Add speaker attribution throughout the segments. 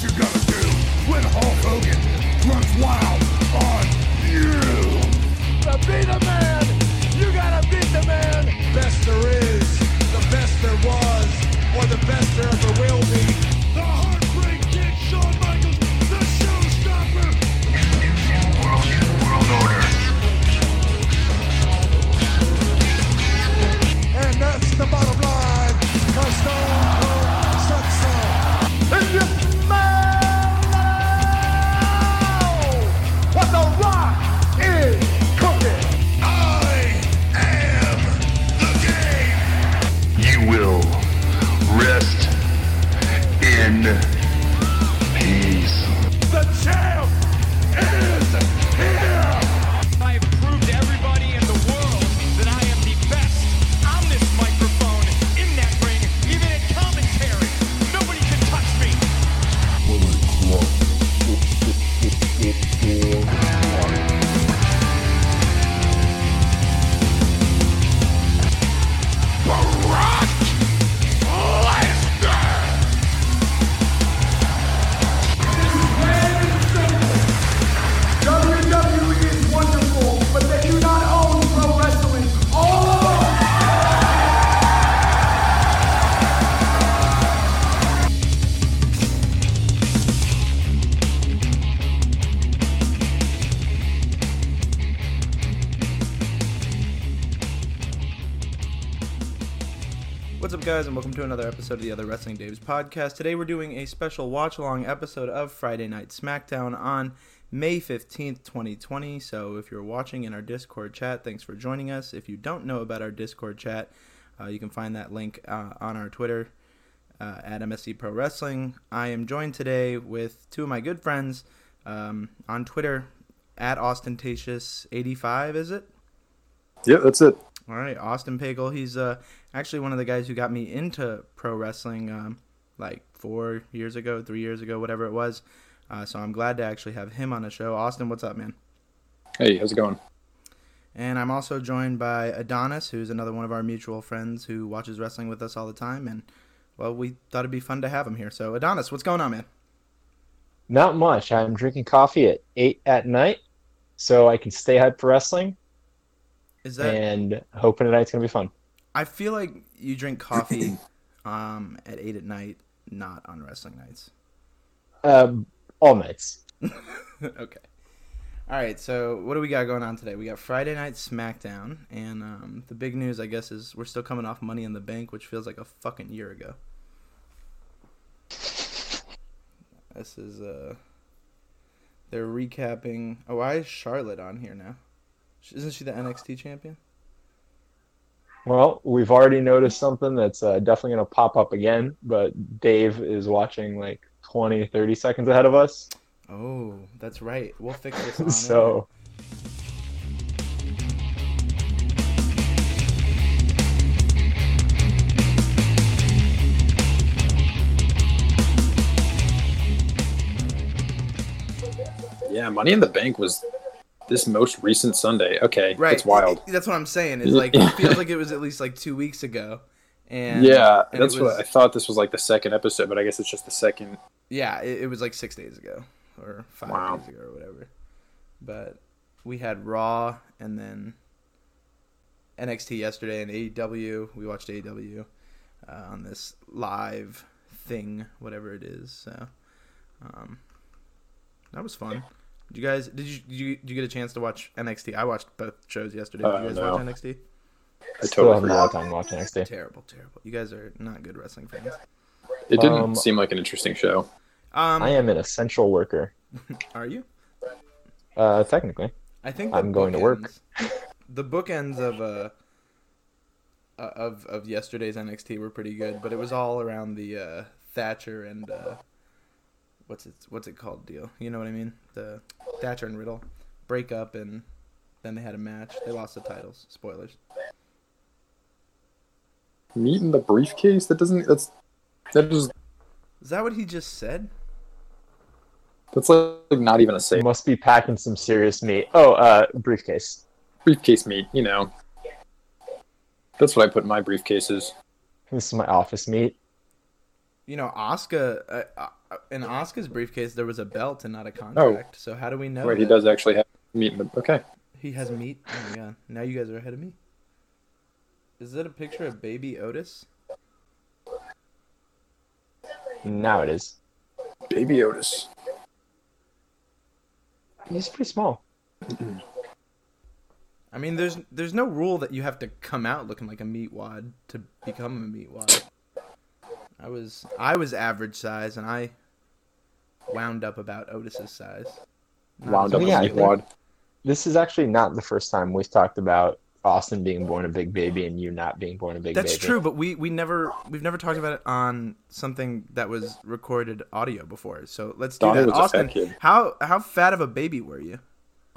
Speaker 1: you gonna do when Hulk Hogan runs wild on you? To be the man, you gotta beat the man. Best there is, the best there was, or the best there ever will be. The heartbreak kid, Shawn Michaels, the showstopper. World, world order. And that's the bottom line. Cause Stone Cold said so. And you smell what the rock is cooking. I am the game. You will rest in peace. The champ is here.
Speaker 2: I have proved to everybody in the world that I am the best on this microphone, in that ring, even in commentary. Nobody can touch me.
Speaker 1: Brock Lesnar.
Speaker 3: WWE is wonderful, but they do not own pro wrestling. All alone.
Speaker 4: What's up, guys, and welcome to another episode of the Other Wrestling Daves podcast. Today, we're doing a special watch along episode of Friday Night SmackDown on May 15th, 2020. So, if you're watching in our Discord chat, thanks for joining us. If you don't know about our Discord chat, uh, you can find that link uh, on our Twitter uh, at MSC Pro Wrestling. I am joined today with two of my good friends um, on Twitter at ostentatious85, is it?
Speaker 5: Yeah, that's it.
Speaker 4: All right, Austin Pagel. He's uh, actually one of the guys who got me into pro wrestling um, like four years ago, three years ago, whatever it was. Uh, so I'm glad to actually have him on the show. Austin, what's up, man?
Speaker 5: Hey, how's it going?
Speaker 4: And I'm also joined by Adonis, who's another one of our mutual friends who watches wrestling with us all the time. And, well, we thought it'd be fun to have him here. So, Adonis, what's going on, man?
Speaker 6: Not much. I'm drinking coffee at eight at night, so I can stay hyped for wrestling
Speaker 4: Is that.
Speaker 6: and hoping tonight's gonna be fun.
Speaker 4: I feel like you drink coffee um, at 8 at night, not on wrestling nights.
Speaker 6: Um, all nights.
Speaker 4: okay. All right. So what do we got going on today? We got Friday night SmackDown, and um, the big news, I guess, is we're still coming off Money in the Bank, which feels like a fucking year ago. This is uh, they're recapping. Oh, why is Charlotte on here now? Sh- Isn't she the NXT champion?
Speaker 6: Well, we've already noticed something that's uh, definitely gonna pop up again, but Dave is watching like 20, 30 seconds ahead of us.
Speaker 4: Oh, that's right. We'll fix this. On air.
Speaker 6: so
Speaker 5: Yeah, Money in the Bank was this most recent Sunday. Okay,
Speaker 4: Right.
Speaker 5: that's wild.
Speaker 4: That's what I'm saying. It's like it feels like it was at least like two weeks ago. And
Speaker 5: yeah,
Speaker 4: and it
Speaker 5: that's
Speaker 4: was-
Speaker 5: what I thought. This was like the second episode, but I guess it's just the second.
Speaker 4: Yeah, it, it was like six days ago or five
Speaker 5: Wow.
Speaker 4: days ago or whatever. But we had Raw and then NXT yesterday and AEW. We watched AEW uh, on this live thing, whatever it is. So um, that was fun. Did you guys did you, did you did you get a chance to watch NXT? I watched both shows yesterday. Did
Speaker 5: Uh,
Speaker 4: you guys
Speaker 5: no.
Speaker 4: watch NXT?
Speaker 5: I
Speaker 6: still have
Speaker 5: totally
Speaker 6: a lot of
Speaker 5: forgot.
Speaker 6: time to watch next day.
Speaker 4: Terrible, terrible. You guys are not good wrestling fans.
Speaker 5: It didn't
Speaker 6: Um,
Speaker 5: seem like an interesting show.
Speaker 6: I
Speaker 4: Um,
Speaker 6: am an essential worker,
Speaker 4: are you?
Speaker 6: uh, technically.
Speaker 4: I think
Speaker 6: I'm going to work.
Speaker 4: bookends- The bookends of uh uh, of of yesterday's NXT were pretty good, but it was all around the uh, Thatcher and uh, what's it what's it called deal. You know what I mean? The Thatcher and Riddle break up, and then they had a match. They lost the titles. Spoilers.
Speaker 5: Meat in the briefcase. That doesn't. That's that is
Speaker 4: Is that what he just said?
Speaker 5: that's like not even a safe
Speaker 6: Must be packing some serious meat. Oh, uh, briefcase.
Speaker 5: briefcase meat. You know, that's what I put in my briefcases.
Speaker 6: This is my office meat.
Speaker 4: You know, Oscar. Uh, in Oscar's briefcase there was a belt and
Speaker 6: Oh.
Speaker 4: not a contract. So how do we know?
Speaker 5: Wait, he
Speaker 4: that
Speaker 5: does actually have meat in the. Okay.
Speaker 4: He has meat. Oh my god! Now you guys are ahead of me. Is that a picture of baby Otis?
Speaker 6: Now it is.
Speaker 5: Baby Otis.
Speaker 6: He's pretty small.
Speaker 4: I mean, there's there's no rule that you have to come out looking like a meat wad to become a meat wad. I was I was average size, and I wound up about Otis's size. Not
Speaker 5: Wound
Speaker 4: as
Speaker 5: up
Speaker 4: much
Speaker 6: yeah,
Speaker 5: a
Speaker 6: I
Speaker 5: meat
Speaker 4: as
Speaker 6: think-
Speaker 5: wad.
Speaker 6: This is actually not the first time we've talked about Austin being born a big baby and you not being born a big
Speaker 4: That's
Speaker 6: baby.
Speaker 4: true, but we we never we've never talked about it on something that was recorded audio before. So let's do
Speaker 5: Donnie
Speaker 4: that.
Speaker 5: was a fat
Speaker 4: Austin,
Speaker 5: kid.
Speaker 4: how how fat of a baby were you?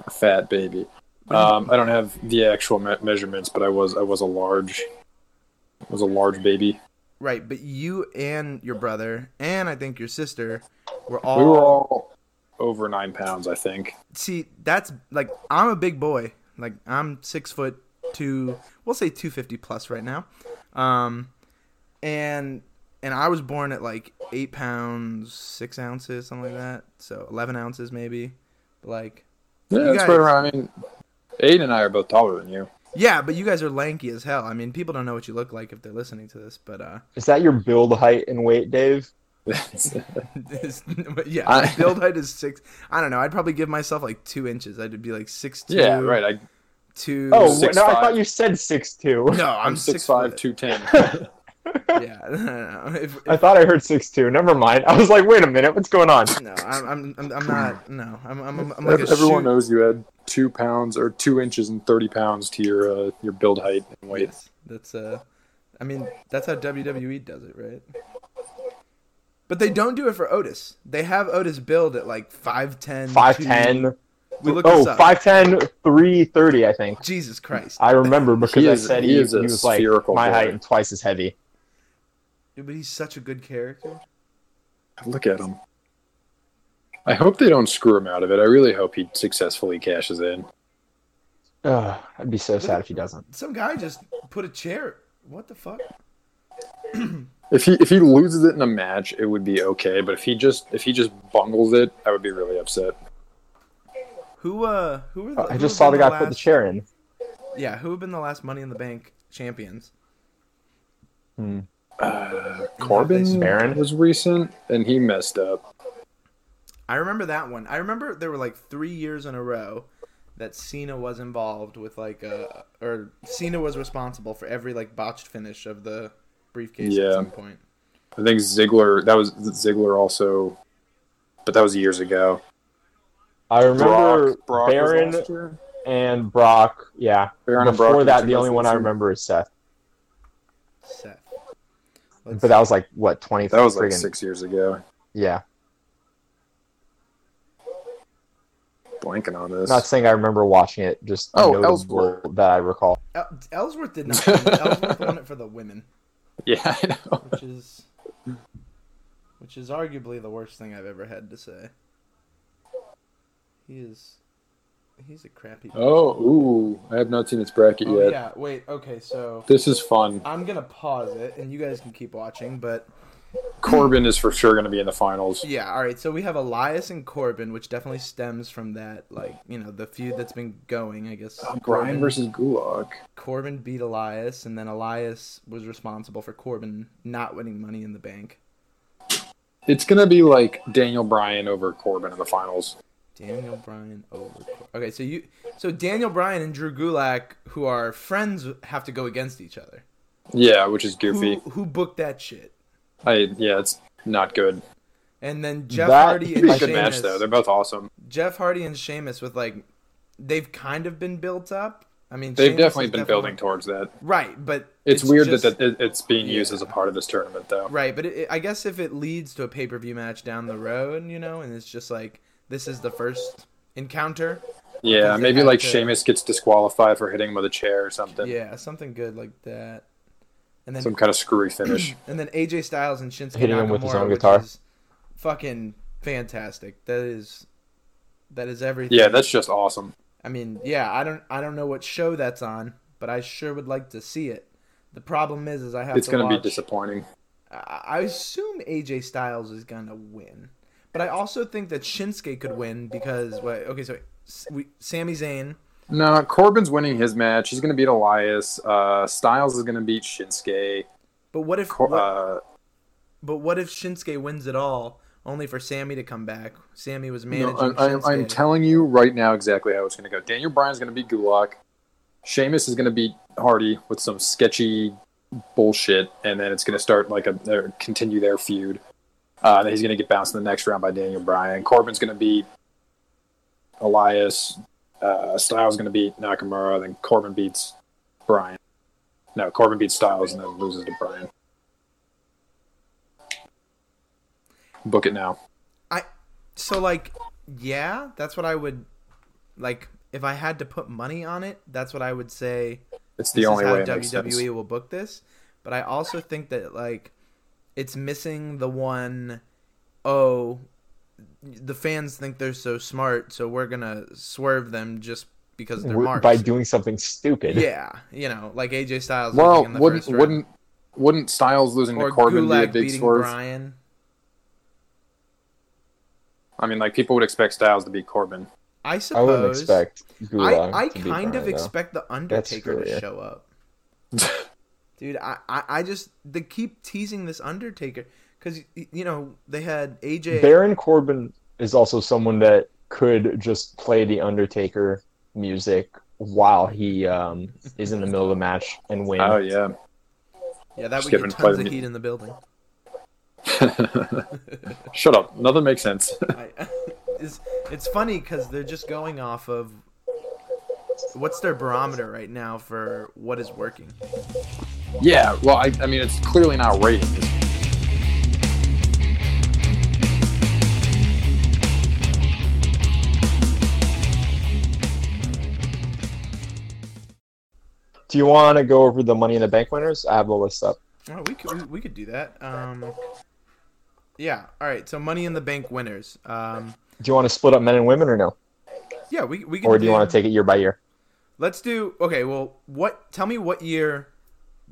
Speaker 5: A fat baby. Um, I don't have the actual me- measurements, but I was I was a large, was a large baby.
Speaker 4: Right, but you and your brother and I think your sister were all,
Speaker 5: We were all over nine pounds, I think.
Speaker 4: see. That's like I'm a big boy. Like I'm six foot two. We'll say two fifty plus right now. Um, and and I was born at like eight pounds six ounces something like that. So eleven ounces maybe. But like
Speaker 5: Yeah,
Speaker 4: You
Speaker 5: that's
Speaker 4: guys-
Speaker 5: right around. I mean, Aiden and I are both taller than you.
Speaker 4: Yeah, but you guys are lanky as hell. I mean, people don't know what you look like if they're listening to this, but uh,
Speaker 6: Is that your build, height, and weight, Dave?
Speaker 4: it's- but yeah,
Speaker 5: I-
Speaker 4: my build height is six. I don't know. I'd probably give myself like two inches. I'd be like six two.
Speaker 5: yeah, right. I,
Speaker 4: Two.
Speaker 6: Oh
Speaker 5: Six
Speaker 6: no, I
Speaker 5: five.
Speaker 6: thought you said six two.
Speaker 4: no, I'm,
Speaker 5: I'm six
Speaker 4: foot.
Speaker 5: five, two ten.
Speaker 4: Yeah, no, no, no. If,
Speaker 6: I
Speaker 4: if-
Speaker 6: thought I heard six two. Never mind. I was like, wait a minute, what's going on?
Speaker 4: no, I'm, I'm, I'm, I'm not. No, I'm, I'm, I'm, I'm like a
Speaker 5: Everyone
Speaker 4: shoe-
Speaker 5: knows you had two pounds or two inches and thirty pounds to your uh, your build height and weight.
Speaker 4: Yes, that's uh, I mean, that's how WWE does it, right? But they don't do it for Otis. They have Otis build at like five ten.
Speaker 6: Five ten.
Speaker 4: We looked
Speaker 6: Oh,
Speaker 4: this up.
Speaker 6: 5'10", 330, I think.
Speaker 4: Jesus Christ.
Speaker 6: I remember because
Speaker 5: He
Speaker 6: I
Speaker 5: is-
Speaker 6: said
Speaker 5: he
Speaker 6: he, he,
Speaker 5: is a
Speaker 6: was like
Speaker 5: spherical
Speaker 6: my
Speaker 5: boy.
Speaker 6: height and twice as heavy.
Speaker 4: Dude, but he's such a good character.
Speaker 5: Look at him. I hope they don't screw him out of it. I really hope he successfully cashes in.
Speaker 6: Ugh, I'd be so sad if he doesn't.
Speaker 4: Some guy just put a chair. What the fuck?
Speaker 5: If he if he loses it in a match, it would be okay. But if he just if he just bungles it, I would be really upset.
Speaker 4: Who uh? Who were the?
Speaker 6: I
Speaker 4: who
Speaker 6: just
Speaker 4: have
Speaker 6: saw the
Speaker 4: been
Speaker 6: guy put the
Speaker 4: last-
Speaker 6: chair in.
Speaker 4: Yeah, who have been the last Money in the Bank champions?
Speaker 5: Uh, Corbin
Speaker 6: Baron?
Speaker 5: was recent, and he messed up.
Speaker 4: I remember that one. I remember there were like three years in a row that Cena was involved with like a or Cena was responsible for every like botched finish of the briefcase at
Speaker 5: Yeah.
Speaker 4: some point.
Speaker 5: I think Ziggler. That was Ziggler also, but that was years ago.
Speaker 6: I remember
Speaker 5: Brock- Brock was
Speaker 6: Baron
Speaker 5: last year?
Speaker 6: and Brock. Yeah.
Speaker 5: Baron and
Speaker 6: Before
Speaker 5: Brock
Speaker 6: that,
Speaker 5: were
Speaker 6: the only one I
Speaker 5: 2002.
Speaker 6: remember is Seth.
Speaker 4: Seth. Let's
Speaker 6: But that was like what twenty.
Speaker 5: That was like
Speaker 6: friggin-
Speaker 5: six years ago.
Speaker 6: Yeah.
Speaker 5: Blanking on this.
Speaker 6: Not saying I remember watching it. Just
Speaker 5: Oh,
Speaker 6: notable
Speaker 5: Ellsworth.
Speaker 6: that I recall.
Speaker 4: El- Ellsworth did not. win. Ellsworth won it for the women,
Speaker 5: yeah, I know.
Speaker 4: which is which is arguably the worst thing I've ever had to say. He is he's a crappy.
Speaker 5: Oh, ooh, I have not seen this bracket
Speaker 4: Oh,
Speaker 5: yet.
Speaker 4: yeah, wait. Okay, so
Speaker 5: This is fun.
Speaker 4: I'm gonna pause it, and you guys can keep watching. But
Speaker 5: Corbin is for sure going to be in the finals.
Speaker 4: yeah, all right. So we have Elias and Corbin, which definitely stems from that, like you know, the feud that's been going. I guess
Speaker 5: Brian
Speaker 4: Corbin-
Speaker 5: versus Gulag.
Speaker 4: Corbin beat Elias, and then Elias was responsible for Corbin not winning Money in the Bank.
Speaker 5: It's going to be like Daniel Bryan over Corbin in the finals.
Speaker 4: Daniel Bryan over. Cor- Okay, so you, so Daniel Bryan and Drew Gulak, who are friends, have to go against each other.
Speaker 5: Yeah, which is goofy.
Speaker 4: Who, who booked that shit?
Speaker 5: I yeah, it's not good.
Speaker 4: And then Jeff
Speaker 6: That-
Speaker 4: Hardy
Speaker 5: It's
Speaker 4: and
Speaker 5: a good match
Speaker 4: Sheamus-
Speaker 5: though. They're both awesome.
Speaker 4: Jeff Hardy and Sheamus with like they've kind of been built up. I mean,
Speaker 5: They've
Speaker 4: Sheamus
Speaker 5: definitely
Speaker 4: is
Speaker 5: been building towards that.
Speaker 4: right, but
Speaker 5: It's, weird
Speaker 4: just-
Speaker 5: that, that it, it's being used
Speaker 4: Yeah.
Speaker 5: as a part of this tournament though.
Speaker 4: right, but it, it- I guess if it leads to a pay per view match down the road, you know, and it's just like this is the first encounter.
Speaker 5: Yeah,
Speaker 4: Because they
Speaker 5: maybe
Speaker 4: have
Speaker 5: like
Speaker 4: to-
Speaker 5: Sheamus gets disqualified for hitting him with a chair or something.
Speaker 4: Yeah, something good like that. And then
Speaker 5: Some kind of screwy finish.
Speaker 4: and then AJ Styles and Shinsuke
Speaker 6: Hitting
Speaker 4: Nakamura,
Speaker 6: him with his own
Speaker 4: which
Speaker 6: guitar.
Speaker 4: is fucking fantastic. That is that is everything.
Speaker 5: yeah, that's just awesome.
Speaker 4: I mean, yeah, I don't I don't know what show that's on, but I sure would like to see it. The problem is is I have
Speaker 5: It's
Speaker 4: to
Speaker 5: going to
Speaker 4: watch
Speaker 5: be disappointing.
Speaker 4: I I assume AJ Styles is gonna win, but I also think that Shinsuke could win because what? Okay, so S- we, Sami Zayn.
Speaker 5: No, Corbin's winning his match. He's going to beat Elias. Uh, Styles is going to beat Shinsuke.
Speaker 4: But what if?
Speaker 5: Cor-
Speaker 4: what-
Speaker 5: uh,
Speaker 4: but what if Shinsuke wins it all, only for Sammy to come back? Sammy was
Speaker 5: no,
Speaker 4: managing.
Speaker 5: I, I, I'm
Speaker 4: Shinsuke.
Speaker 5: telling you right now exactly how it's going to go. Daniel Bryan's going to beat Gulak. Sheamus is going to beat Hardy with some sketchy bullshit, and then it's going to start like a their, continue their feud. Uh, then he's going to get bounced in the next round by Daniel Bryan. Corbin's going to beat Elias. Uh, Styles going to beat Nakamura. Then Corbin beats Bryan. No, Corbin beats Styles and then loses to Bryan. Book it now.
Speaker 4: I so like yeah, that's what I would like if I had to put money on it, that's what I would say
Speaker 5: It's the
Speaker 4: this
Speaker 5: only
Speaker 4: is how E
Speaker 5: way. It makes
Speaker 4: WWE
Speaker 5: sense.
Speaker 4: will book this. But I also think that like it's missing the one oh the fans think they're so smart, so we're gonna swerve them just because they're
Speaker 6: w-
Speaker 4: marks.
Speaker 6: by doing something stupid.
Speaker 4: yeah, you know, like AJ Styles.
Speaker 5: Well,
Speaker 4: losing in the
Speaker 5: wouldn't
Speaker 4: first round.
Speaker 5: wouldn't wouldn't Styles losing
Speaker 4: or
Speaker 5: to Corbin be a
Speaker 4: Gulak
Speaker 5: big
Speaker 4: beating
Speaker 5: swerve?
Speaker 4: Bryan?
Speaker 5: I mean, like people would expect Styles to beat Corbin.
Speaker 4: I
Speaker 6: I
Speaker 4: suppose.
Speaker 6: wouldn't expect Gulak
Speaker 4: I, I
Speaker 6: to beat
Speaker 4: kind of
Speaker 6: Bryan, though.
Speaker 4: expect the Undertaker
Speaker 6: really
Speaker 4: to
Speaker 6: it.
Speaker 4: show up. Dude, I, I, I just they keep teasing this Undertaker because you know they had AJ.
Speaker 6: Baron Corbin is also someone that could just play the Undertaker music while he um, is in the middle of the match and win.
Speaker 5: Oh yeah,
Speaker 4: yeah, that
Speaker 5: just
Speaker 4: would get
Speaker 5: giving
Speaker 4: tons of
Speaker 5: Clemens-
Speaker 4: heat in the building.
Speaker 5: shut up. Nothing makes sense.
Speaker 4: I, it's, it's funny because they're just going off of what's their barometer right now for what is working.
Speaker 5: yeah, well, I, I mean, it's clearly not ratings.
Speaker 6: Do you want to go over the Money in the Bank winners? I have the list up.
Speaker 4: Oh, we could we, we could do that. Um, yeah. All right. So Money in the Bank winners. Um,
Speaker 6: Do you want to split up men and women or no?
Speaker 4: yeah, we we can.
Speaker 6: Or do you want to take it year by year?
Speaker 4: Let's do okay. Well, what? Tell me what year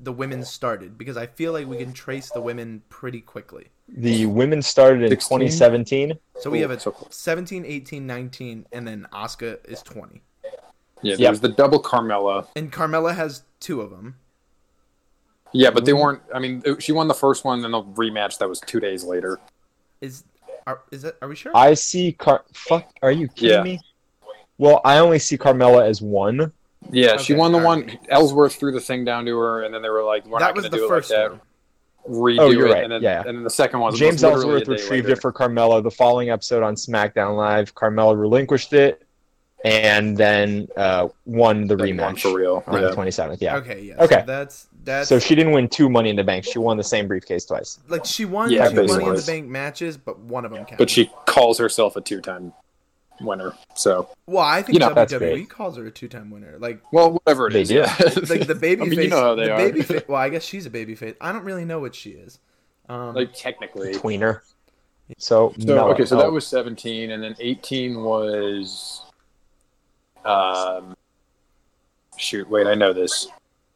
Speaker 4: the
Speaker 5: Oh.
Speaker 4: women started because I feel like we can trace the women pretty quickly.
Speaker 6: The women started in
Speaker 5: 16?
Speaker 6: 2017.
Speaker 4: So we
Speaker 5: Ooh,
Speaker 4: have a
Speaker 5: so close.
Speaker 4: 17, 18, 19, and then Asuka is 20.
Speaker 5: Yeah, there
Speaker 6: Yep.
Speaker 5: was the double Carmella.
Speaker 4: And Carmella has two of them.
Speaker 5: Yeah, but they weren't. I mean, it- she won the first one, then the rematch that was two days later.
Speaker 4: Is are is that are we sure?
Speaker 6: I see Car. Fuck, are you kidding
Speaker 5: Yeah.
Speaker 6: me? Well, I only see Carmella as one.
Speaker 5: Yeah, she
Speaker 4: Okay,
Speaker 5: won the
Speaker 4: all
Speaker 5: one. Ellsworth threw the thing down to her, and then they were like, "We're
Speaker 4: that
Speaker 5: not
Speaker 4: was
Speaker 5: going
Speaker 4: the
Speaker 5: to do it like
Speaker 4: first
Speaker 5: that."
Speaker 4: one.
Speaker 5: Redo
Speaker 6: Oh, you're
Speaker 5: it,
Speaker 6: right,
Speaker 5: and then
Speaker 6: yeah.
Speaker 5: and then the second one was
Speaker 6: James
Speaker 5: literally a
Speaker 6: Ellsworth
Speaker 5: day
Speaker 6: retrieved
Speaker 5: later.
Speaker 6: it for Carmella the following episode on SmackDown Live. Carmella relinquished it and then uh, won the
Speaker 5: Then won
Speaker 6: rematch
Speaker 5: for real.
Speaker 6: on
Speaker 5: yeah.
Speaker 6: the 27th. Yeah.
Speaker 4: Okay, yeah.
Speaker 6: Okay.
Speaker 4: So that's that's
Speaker 6: So she didn't win two Money in the Bank. She won the same briefcase twice.
Speaker 4: like she won
Speaker 5: Yeah,
Speaker 4: two Money in the
Speaker 5: basically.
Speaker 4: Bank matches, but one of them counted.
Speaker 5: but she calls herself a two-time winner. So,
Speaker 4: well, I think
Speaker 5: you know,
Speaker 6: that's
Speaker 4: WWE
Speaker 6: great.
Speaker 4: calls her a two-time winner. Like
Speaker 5: well, whatever it
Speaker 6: They
Speaker 5: is,
Speaker 6: do.
Speaker 5: yeah.
Speaker 4: like the baby
Speaker 5: I mean,
Speaker 4: face.
Speaker 5: you know how they
Speaker 4: the
Speaker 5: are.
Speaker 4: Baby fa- well, I guess she's a baby face. I don't really know what she is. Um,
Speaker 5: like technically.
Speaker 6: Tweener. So,
Speaker 5: So
Speaker 6: no,
Speaker 5: okay, so
Speaker 6: no.
Speaker 5: that was seventeen, and then eighteen was, um, shoot, wait, I know this.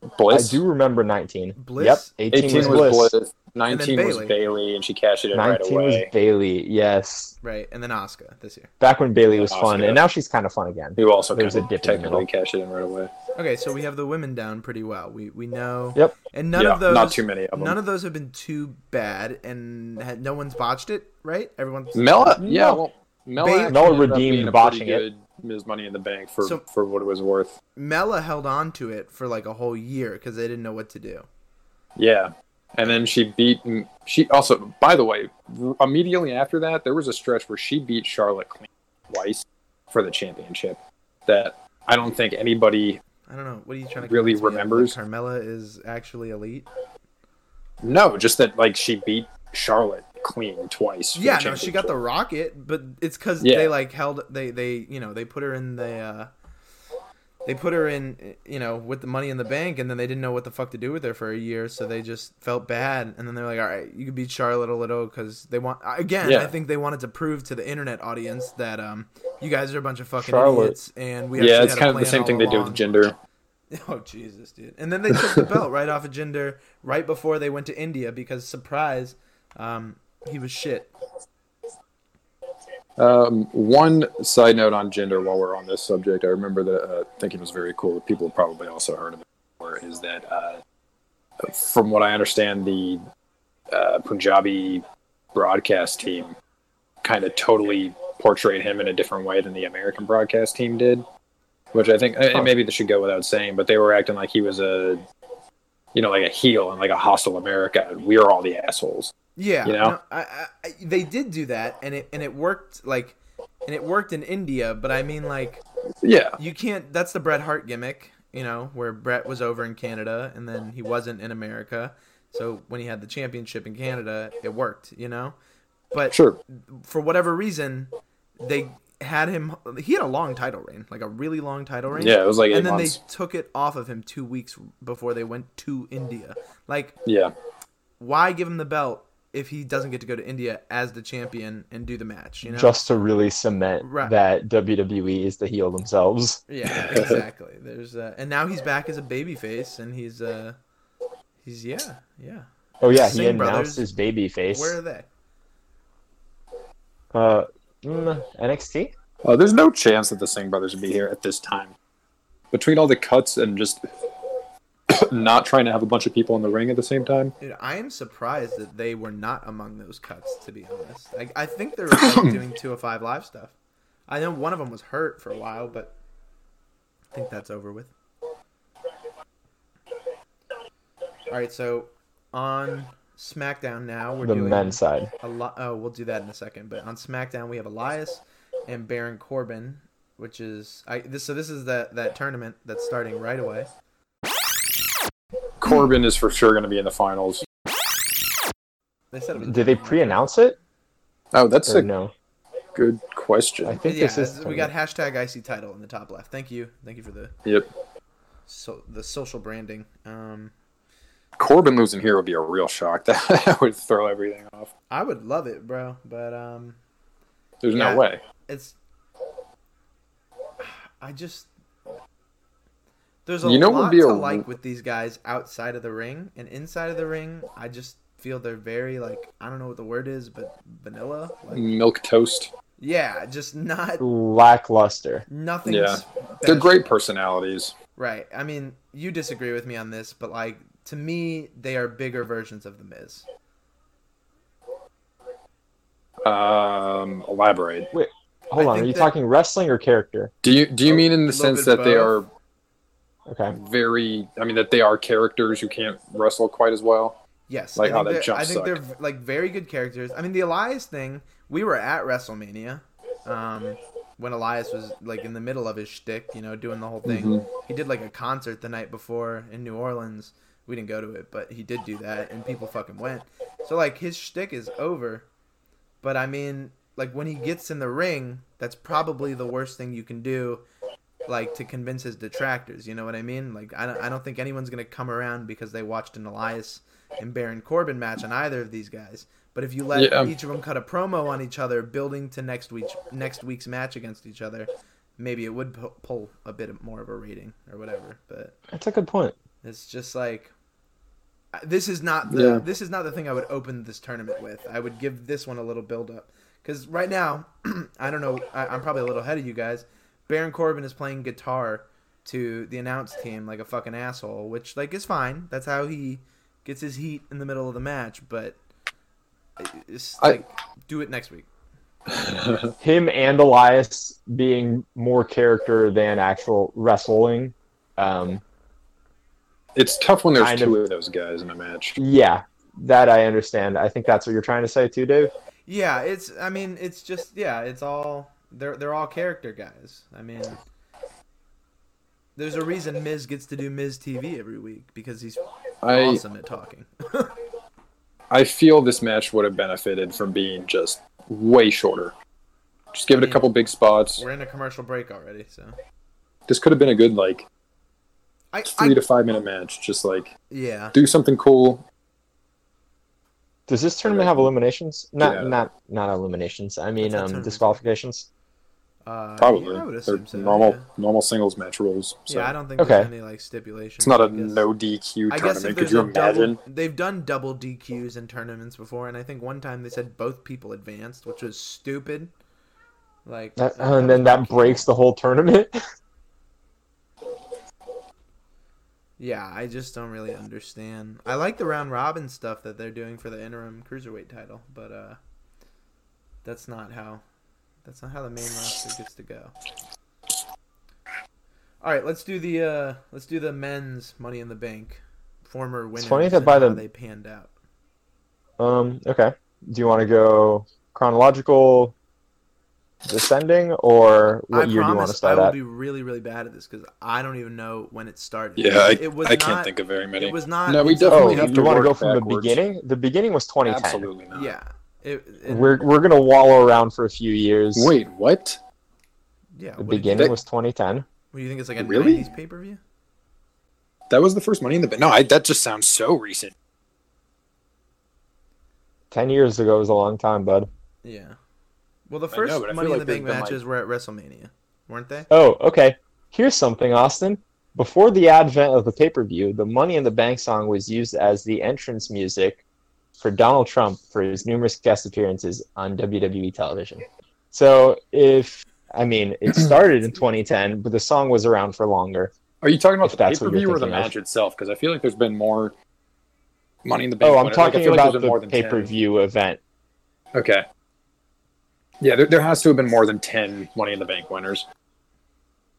Speaker 6: I
Speaker 5: Bliss.
Speaker 6: do remember 19.
Speaker 4: Bliss?
Speaker 6: Yep, 18,
Speaker 5: Eighteen
Speaker 6: was Bliss.
Speaker 5: Nineteen was
Speaker 4: Bayley.
Speaker 5: Bailey, and she cashed it in
Speaker 6: 19
Speaker 5: right
Speaker 6: was
Speaker 5: away.
Speaker 6: Bailey. Yes,
Speaker 4: right, and then Asuka this year.
Speaker 6: back when Bailey was
Speaker 5: Oscar.
Speaker 6: fun, and now she's kind of fun again.
Speaker 5: Who also
Speaker 6: There was
Speaker 5: kinda
Speaker 6: a dip in the
Speaker 5: technically
Speaker 6: middle.
Speaker 5: cashed it in right away.
Speaker 4: Okay, so we have the women down pretty well. We we know.
Speaker 6: Yep.
Speaker 4: And none
Speaker 5: yeah,
Speaker 4: of those.
Speaker 5: not too many of them.
Speaker 4: None of those have been too bad, and had, no one's botched it, right? Everyone's
Speaker 5: Mella, yeah,
Speaker 6: No.
Speaker 5: well, Mella,
Speaker 4: Bailey-
Speaker 5: actually
Speaker 6: Mella
Speaker 5: ended up
Speaker 6: redeemed
Speaker 5: being a pretty
Speaker 6: botching it.
Speaker 5: good Ms. Money in the Bank for
Speaker 4: So-
Speaker 5: for what it was worth.
Speaker 4: Mela held on to it for like a whole year because they didn't know what to do.
Speaker 5: Yeah. And then she beat. She also, by the way, immediately after that, there was a stretch where she beat Charlotte clean twice for the championship. That I don't think anybody.
Speaker 4: I don't know. What are you trying to
Speaker 5: Really
Speaker 4: convince me of? That
Speaker 5: remembers?
Speaker 4: Carmella is actually elite.
Speaker 5: No, just that like she beat Charlotte clean twice. for
Speaker 4: Yeah,
Speaker 5: the
Speaker 4: no, she got the
Speaker 5: championship.
Speaker 4: rocket, but it's because
Speaker 5: Yeah.
Speaker 4: they like held they they you know they put her in the. Uh, they put her in, you know, with the money in the bank, and then they didn't know what the fuck to do with her for a year, so they just felt bad. And then they're like, "All right, you can beat Charlotte a little," because they want again.
Speaker 5: Yeah.
Speaker 4: I think they wanted to prove to the internet audience that um, you guys are a bunch of fucking
Speaker 6: Charlotte.
Speaker 4: idiots, and we
Speaker 5: Yeah,
Speaker 4: actually
Speaker 5: it's
Speaker 4: had a
Speaker 5: kind of the
Speaker 4: plan
Speaker 5: same
Speaker 4: all
Speaker 5: thing they do with
Speaker 4: along.
Speaker 5: gender.
Speaker 4: Oh Jesus, dude! And then they took the belt right off of Jinder right before they went to India because surprise, um, he was shit.
Speaker 5: Um, one side note on gender while we're on this subject, I remember that uh, thinking it was very cool that people have probably also heard of it before, is that uh, from what I understand, the uh, Punjabi broadcast team kind of totally portrayed him in a different way than the American broadcast team did, which I think, and maybe this should go without saying, but they were acting like he was a, you know, like a heel and like a hostile America. and We are all the assholes.
Speaker 4: Yeah,
Speaker 5: You know?
Speaker 4: no, I, I, I, they did do that, and it and it worked like, and it worked in India. But I mean, like,
Speaker 5: Yeah.
Speaker 4: you can't. That's the Bret Hart gimmick, you know, where Bret was over in Canada and then he wasn't in America. So when he had the championship in Canada, it worked, you know. But
Speaker 5: Sure.
Speaker 4: for whatever reason, they had him. He had a long title reign, like a really long title reign.
Speaker 5: Yeah, it was like eight
Speaker 4: and then
Speaker 5: months.
Speaker 4: they took it off of him two weeks before they went to India. Like,
Speaker 5: yeah.
Speaker 4: why give him the belt if he doesn't get to go to India as the champion and do the match? You know,
Speaker 6: just to really cement
Speaker 4: Right.
Speaker 6: that WWE is the heel themselves.
Speaker 4: yeah, exactly. There's uh, and now he's back as a babyface, and he's uh, he's yeah, yeah.
Speaker 6: Oh yeah, he
Speaker 4: Singh
Speaker 6: announced
Speaker 4: brothers.
Speaker 6: his baby face.
Speaker 4: Where are they?
Speaker 6: Uh, mm, NXT.
Speaker 5: Uh, there's no chance that the Singh brothers would be here at this time. Between all the cuts and just not trying to have a bunch of people in the ring at the same time.
Speaker 4: Dude, I am surprised that they were not among those cuts. To be honest, I, I think they were like, doing two of five live stuff. I know one of them was hurt for a while, but I think that's over with. All right, so on SmackDown now we're
Speaker 6: The
Speaker 4: doing
Speaker 6: men's side.
Speaker 4: Eli- oh, we'll do that in a second. But on SmackDown, we have Elias and Baron Corbin, which is I this. So this is that that tournament that's starting right away.
Speaker 5: Corbin is for sure going to be in the finals.
Speaker 4: They said it was
Speaker 6: Did they pre-announce it?
Speaker 5: Oh, that's
Speaker 6: Or
Speaker 5: a
Speaker 6: no.
Speaker 5: good
Speaker 6: I
Speaker 5: question.
Speaker 6: think
Speaker 4: yeah,
Speaker 6: this is.
Speaker 4: we got hashtag IC title in the top left. Thank you, thank you for the
Speaker 5: Yep.
Speaker 4: so the social branding. Um,
Speaker 5: Corbin losing here would be a real shock. That would throw everything off.
Speaker 4: I would love it, bro, but um,
Speaker 5: There's
Speaker 4: Yeah.
Speaker 5: no way.
Speaker 4: it's I just there's a
Speaker 5: You know what would
Speaker 4: lot
Speaker 5: be
Speaker 4: to
Speaker 5: a-
Speaker 4: like with these guys outside of the ring and inside of the ring. I just feel they're very like I don't know what the word is, but vanilla. Like,
Speaker 5: Milk toast.
Speaker 4: yeah, just not
Speaker 6: lackluster.
Speaker 4: nothing.
Speaker 5: Yeah.
Speaker 4: special.
Speaker 5: They're great personalities.
Speaker 4: Right. I mean, you disagree with me on this, but like to me, they are bigger versions of the Miz.
Speaker 5: Um, elaborate.
Speaker 6: Wait, hold
Speaker 4: I
Speaker 6: on. Are
Speaker 4: think
Speaker 6: you
Speaker 4: that-
Speaker 6: talking wrestling or character?
Speaker 5: Do you do you mean in the sense
Speaker 4: bit
Speaker 5: that they
Speaker 4: both.
Speaker 5: are
Speaker 6: Okay.
Speaker 5: very? I mean that they are characters who can't wrestle quite as well.
Speaker 4: Yes,
Speaker 5: Like
Speaker 4: I
Speaker 5: how
Speaker 4: think
Speaker 5: that
Speaker 4: they're-
Speaker 5: jump
Speaker 4: I think they're like very good characters. I mean, the Elias thing. We were at WrestleMania um, when Elias was like in the middle of his shtick, you know, doing the whole thing.
Speaker 5: Mm-hmm.
Speaker 4: He did like a concert the night before in New Orleans. We didn't go to it, but he did do that, and people fucking went. So like his shtick is over. But I mean, like when he gets in the ring, that's probably the worst thing you can do, like to convince his detractors. You know what I mean? Like I don't, I don't think anyone's gonna come around because they watched an Elias and Baron Corbin match on either of these guys. But if you let
Speaker 5: Yeah.
Speaker 4: each of them cut a promo on each other, building to next week next week's match against each other, maybe it would pu- pull a bit more of a rating or whatever. But
Speaker 6: That's a good point.
Speaker 4: it's just like I- this is not the
Speaker 5: Yeah.
Speaker 4: this is not the thing I would open this tournament with. I would give this one a little build up because right now I don't know. I, I'm probably a little ahead of you guys. Baron Corbin is playing guitar to the announce team like a fucking asshole, which like is fine. That's how he gets his heat in the middle of the match. But it's
Speaker 5: I-
Speaker 4: like do it next week.
Speaker 6: Him and Elias being more character than actual wrestling. Um,
Speaker 5: It's tough when there's
Speaker 6: Kind
Speaker 5: two of those guys in a match.
Speaker 6: yeah, that I understand. I think that's what you're trying to say too, Dave.
Speaker 4: Yeah, it's. I mean, it's just. Yeah, it's all. They're they're all character guys. I mean, there's a reason Miz gets to do Miz TV every week because he's
Speaker 5: I
Speaker 4: awesome at talking.
Speaker 5: I feel this match would have benefited from being just way shorter. Just give it
Speaker 4: Mm.
Speaker 5: a couple big spots.
Speaker 4: We're in a commercial break already, so
Speaker 5: This could have been a good like
Speaker 4: I,
Speaker 5: three
Speaker 4: I
Speaker 5: to five minute match. Just like
Speaker 4: yeah.
Speaker 5: do something cool.
Speaker 6: Does this tournament have eliminations? Not
Speaker 5: Yeah.
Speaker 6: not not eliminations. I mean
Speaker 4: That's a
Speaker 6: um,
Speaker 4: tournament.
Speaker 6: disqualifications.
Speaker 4: Uh,
Speaker 5: Probably.
Speaker 4: yeah, I would
Speaker 5: They're
Speaker 4: assume so.
Speaker 5: normal
Speaker 4: Yeah.
Speaker 5: normal singles match rules. So
Speaker 4: Yeah, I don't think
Speaker 6: Okay.
Speaker 4: there's any like stipulations.
Speaker 5: it's not a
Speaker 4: I guess-
Speaker 5: no DQ
Speaker 4: I guess if
Speaker 5: tournament. Could
Speaker 4: there's
Speaker 5: you
Speaker 4: a
Speaker 5: imagine?
Speaker 4: double, they've done double DQs in tournaments before, and I think one time they said both people advanced, which was stupid. Like,
Speaker 6: That,
Speaker 4: that
Speaker 6: and then
Speaker 4: was
Speaker 6: that
Speaker 4: fucking-
Speaker 6: breaks the whole tournament.
Speaker 4: Yeah, I just don't really understand. I like the round robin stuff that they're doing for the interim cruiserweight title, but uh, that's not how that's not how the main roster gets to go. All right, let's do the uh, let's do the men's Money in the Bank former winners.
Speaker 6: funny that
Speaker 4: and
Speaker 6: by
Speaker 4: how
Speaker 6: the-
Speaker 4: they panned out.
Speaker 6: Um, okay. Do you want to go chronological descending or what
Speaker 4: I
Speaker 6: year do you
Speaker 4: promise
Speaker 6: want to start
Speaker 4: I will
Speaker 6: at?
Speaker 4: be really, really bad at this because I don't even know when it started.
Speaker 5: Yeah, I,
Speaker 4: it was
Speaker 5: I
Speaker 4: not,
Speaker 5: can't think of very many.
Speaker 4: It was not.
Speaker 5: No, we
Speaker 4: it's not-
Speaker 6: Oh,
Speaker 5: definitely
Speaker 6: you,
Speaker 5: have to
Speaker 6: want to
Speaker 5: work
Speaker 6: go from
Speaker 5: backwards.
Speaker 6: the beginning? The beginning was 2010.
Speaker 5: Absolutely not.
Speaker 4: Yeah, it, it-
Speaker 6: We're we're gonna wallow around for a few years.
Speaker 5: Wait, what?
Speaker 4: yeah.
Speaker 6: the
Speaker 4: what do you-
Speaker 6: beginning
Speaker 5: that-
Speaker 6: was 2010.
Speaker 4: What do you think? It's like a
Speaker 5: Really?
Speaker 4: '90s pay per view.
Speaker 5: That was the first Money in the Bank. No, I, that just sounds so recent.
Speaker 6: Ten years ago was a long time, bud.
Speaker 4: Yeah. Well, the
Speaker 5: know,
Speaker 4: first
Speaker 5: but I
Speaker 4: Money
Speaker 5: feel
Speaker 4: in
Speaker 5: like
Speaker 4: the
Speaker 5: there's
Speaker 4: Bank
Speaker 5: been, like-
Speaker 4: matches were at WrestleMania, weren't they?
Speaker 6: Oh, okay. Here's something, Austin. Before the advent of the pay per view, the Money in the Bank song was used as the entrance music for Donald Trump for his numerous guest appearances on WWE television. So, if I mean, it started in 2010, but the song was around for longer.
Speaker 5: Are you talking about
Speaker 6: If
Speaker 5: the pay
Speaker 6: that's
Speaker 5: per
Speaker 6: what you're
Speaker 5: view or the
Speaker 6: thinking of.
Speaker 5: match itself? Because I feel like there's been more Money in the Bank.
Speaker 6: Oh, I'm
Speaker 5: winners. Like, I
Speaker 6: talking
Speaker 5: feel like
Speaker 6: about
Speaker 5: there's been more
Speaker 6: the
Speaker 5: than
Speaker 6: pay
Speaker 5: 10.
Speaker 6: per view event.
Speaker 5: Okay. Yeah, there, there has to have been more than 10 Money in the Bank winners.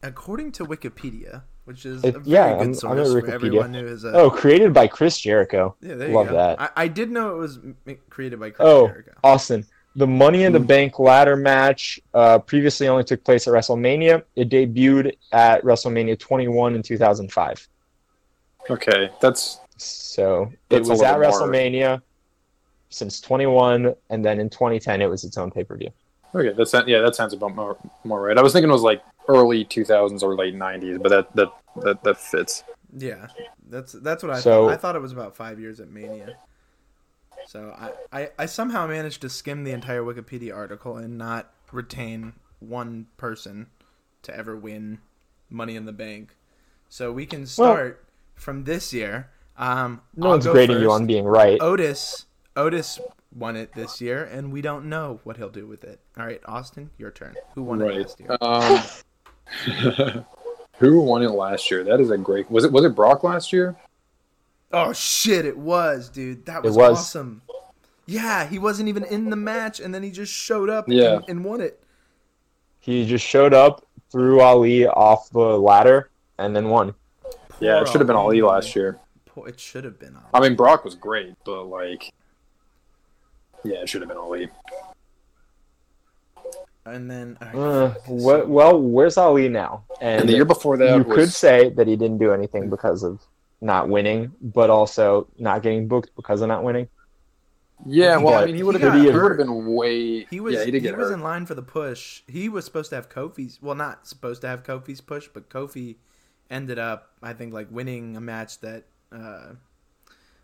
Speaker 4: According to Wikipedia, which is
Speaker 6: It-
Speaker 4: a very
Speaker 6: yeah, I'm-
Speaker 4: good
Speaker 6: I'm
Speaker 4: source
Speaker 6: at
Speaker 4: for
Speaker 6: Wikipedia.
Speaker 4: everyone who is a
Speaker 6: Oh, created by Chris Jericho.
Speaker 4: yeah, there you
Speaker 6: love
Speaker 4: go.
Speaker 6: that.
Speaker 4: I, I did know it was m- created by Chris
Speaker 6: Oh,
Speaker 4: Jericho.
Speaker 6: Austin, the Money
Speaker 5: Hmm.
Speaker 6: in the Bank ladder match uh, previously only took place at WrestleMania. It debuted at WrestleMania 21 in 2005.
Speaker 5: Okay, that's
Speaker 6: So it
Speaker 5: That's a
Speaker 6: was at
Speaker 5: little more-
Speaker 6: WrestleMania since 21, and then in 2010 it was its own pay per view.
Speaker 5: okay. That's yeah, that sounds about more, more right. I was thinking it was like early 2000s or late 90s, but that that that, that fits.
Speaker 4: Yeah, that's that's what I
Speaker 6: So-
Speaker 4: thought. I thought it was about five years at Mania. So I, I, I somehow managed to skim the entire Wikipedia article and not retain one person to ever win Money in the Bank. So we can start from this year. Um,
Speaker 6: No
Speaker 4: I'll
Speaker 6: one's
Speaker 4: go
Speaker 6: grading you
Speaker 4: first.
Speaker 6: on being right.
Speaker 5: Oh.
Speaker 4: Otis. Otis won it this year, and we don't know what he'll do with it. All right, Austin, your turn. Who won it
Speaker 5: Right.
Speaker 4: last year?
Speaker 5: Um, who won it last year? That is a great. Was it was it Brock last year?
Speaker 4: Oh shit! It was, dude. That
Speaker 6: It
Speaker 4: was,
Speaker 6: was.
Speaker 4: awesome. Yeah, he wasn't even in the match, and then he just showed up
Speaker 5: Yeah.
Speaker 4: and, and won it.
Speaker 6: He just showed up, threw Ali off the ladder, and then won.
Speaker 4: Poor
Speaker 5: Yeah, it should have been Ali last year.
Speaker 4: Poor- It should have been Ali.
Speaker 5: I mean, Brock was great, but like, yeah, it should have been Ali.
Speaker 4: And then all right,
Speaker 6: Uh,
Speaker 4: fuck,
Speaker 6: wh-
Speaker 4: so-
Speaker 6: well, where's Ali now?
Speaker 5: And the year before that,
Speaker 6: you
Speaker 5: was,
Speaker 6: could say that he didn't do anything because of not winning, but also not getting booked because of not winning.
Speaker 5: yeah. Well, I mean, he
Speaker 4: He
Speaker 5: would have
Speaker 4: got
Speaker 5: been, he
Speaker 4: hurt.
Speaker 5: would have been way.
Speaker 4: he was
Speaker 5: yeah, he
Speaker 4: he,
Speaker 5: did get
Speaker 4: was
Speaker 5: hurt.
Speaker 4: in line for the push. He was supposed to have Kofi's. Well, not supposed to have Kofi's push, but Kofi ended up, I think, like winning a match that uh,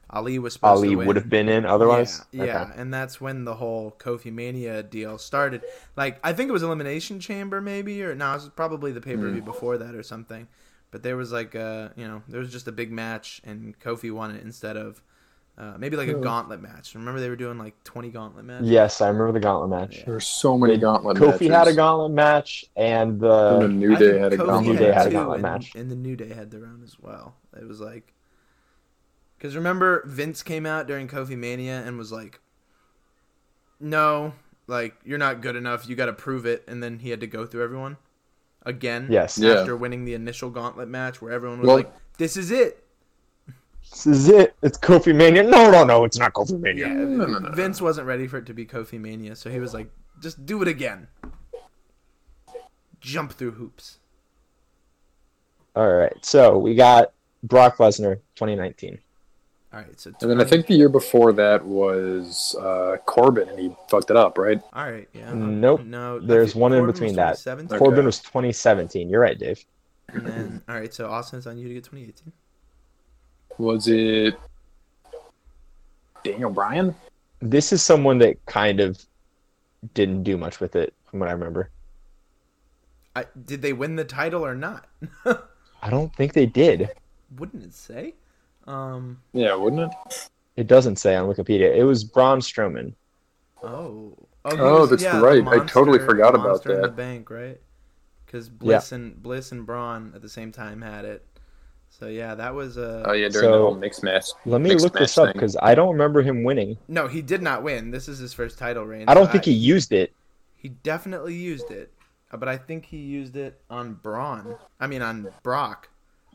Speaker 4: Ali was supposed
Speaker 6: Ali
Speaker 4: to win.
Speaker 6: would have been in otherwise.
Speaker 4: Yeah, yeah, and that's when the whole Kofi Mania deal started. Like, I think it was Elimination Chamber, maybe, or no, it was probably the pay per view before that or something. But there was like a, you know, there was just a big match, and Kofi won it instead of uh, maybe like a gauntlet match. Remember they were doing like twenty gauntlet matches.
Speaker 6: Yes, I remember the gauntlet match.
Speaker 5: There's so many gauntlet
Speaker 6: Kofi
Speaker 5: matches.
Speaker 6: had a gauntlet match, and
Speaker 5: And the
Speaker 6: the
Speaker 5: New
Speaker 4: I
Speaker 5: Day
Speaker 4: think
Speaker 5: had a
Speaker 4: Kofi
Speaker 5: gauntlet
Speaker 6: New Day
Speaker 5: match.
Speaker 6: had a
Speaker 4: two,
Speaker 6: gauntlet
Speaker 4: and,
Speaker 6: match.
Speaker 4: and the New Day had their own as well. It was like, because remember Vince came out during Kofi Mania and was like, "No, like you're not good enough. You got to prove it." And then he had to go through everyone again.
Speaker 6: Yes.
Speaker 5: Yeah.
Speaker 4: after winning the initial gauntlet match where everyone was
Speaker 5: Well-
Speaker 4: like, "This is it."
Speaker 6: this is it. It's Kofi Mania. No, no, no, it's not Kofi Mania.
Speaker 4: Yeah,
Speaker 5: no, no, no, no.
Speaker 4: Vince wasn't ready for it to be Kofi Mania, so he was like, "Just do it again. Jump through hoops."
Speaker 6: All right, so we got Brock Lesnar, 2019.
Speaker 4: All right, so
Speaker 5: And then I
Speaker 4: 20
Speaker 5: think the year before that was uh, Corbin, and he fucked it up, right?
Speaker 4: all right, yeah,
Speaker 6: Nope.
Speaker 4: no, I
Speaker 6: There's
Speaker 4: think
Speaker 6: one in
Speaker 4: Corbin was
Speaker 6: between that.
Speaker 4: 27?
Speaker 6: Corbin was 2017. You're right, Dave.
Speaker 4: And then, all right, so Austin, it's on you to get 2018.
Speaker 5: Was it Daniel Bryan?
Speaker 6: This is someone that kind of didn't do much with it, from what I remember.
Speaker 4: I, did they win the title or not?
Speaker 6: I don't think they did.
Speaker 4: Wouldn't it say? Um.
Speaker 5: Yeah, wouldn't it?
Speaker 6: It doesn't say on Wikipedia. It was Braun Strowman.
Speaker 4: Oh.
Speaker 5: Oh,
Speaker 4: he was-
Speaker 5: that's right. I totally forgot
Speaker 4: the
Speaker 5: about
Speaker 4: monster In the
Speaker 5: that.
Speaker 4: bank, right? Because Bliss and Bliss and Braun at the same time had it. So yeah, that was a.
Speaker 5: Oh yeah, during
Speaker 6: So-
Speaker 5: the whole mixed match.
Speaker 6: Let me
Speaker 5: mixed
Speaker 6: look this
Speaker 5: match
Speaker 6: up
Speaker 5: thing.
Speaker 6: because I don't remember him winning.
Speaker 4: no, he did not win. This is his first title reign.
Speaker 6: I don't
Speaker 4: so
Speaker 6: think he used it.
Speaker 4: He definitely used it, uh, but I think he used it on Braun. I mean, on Brock.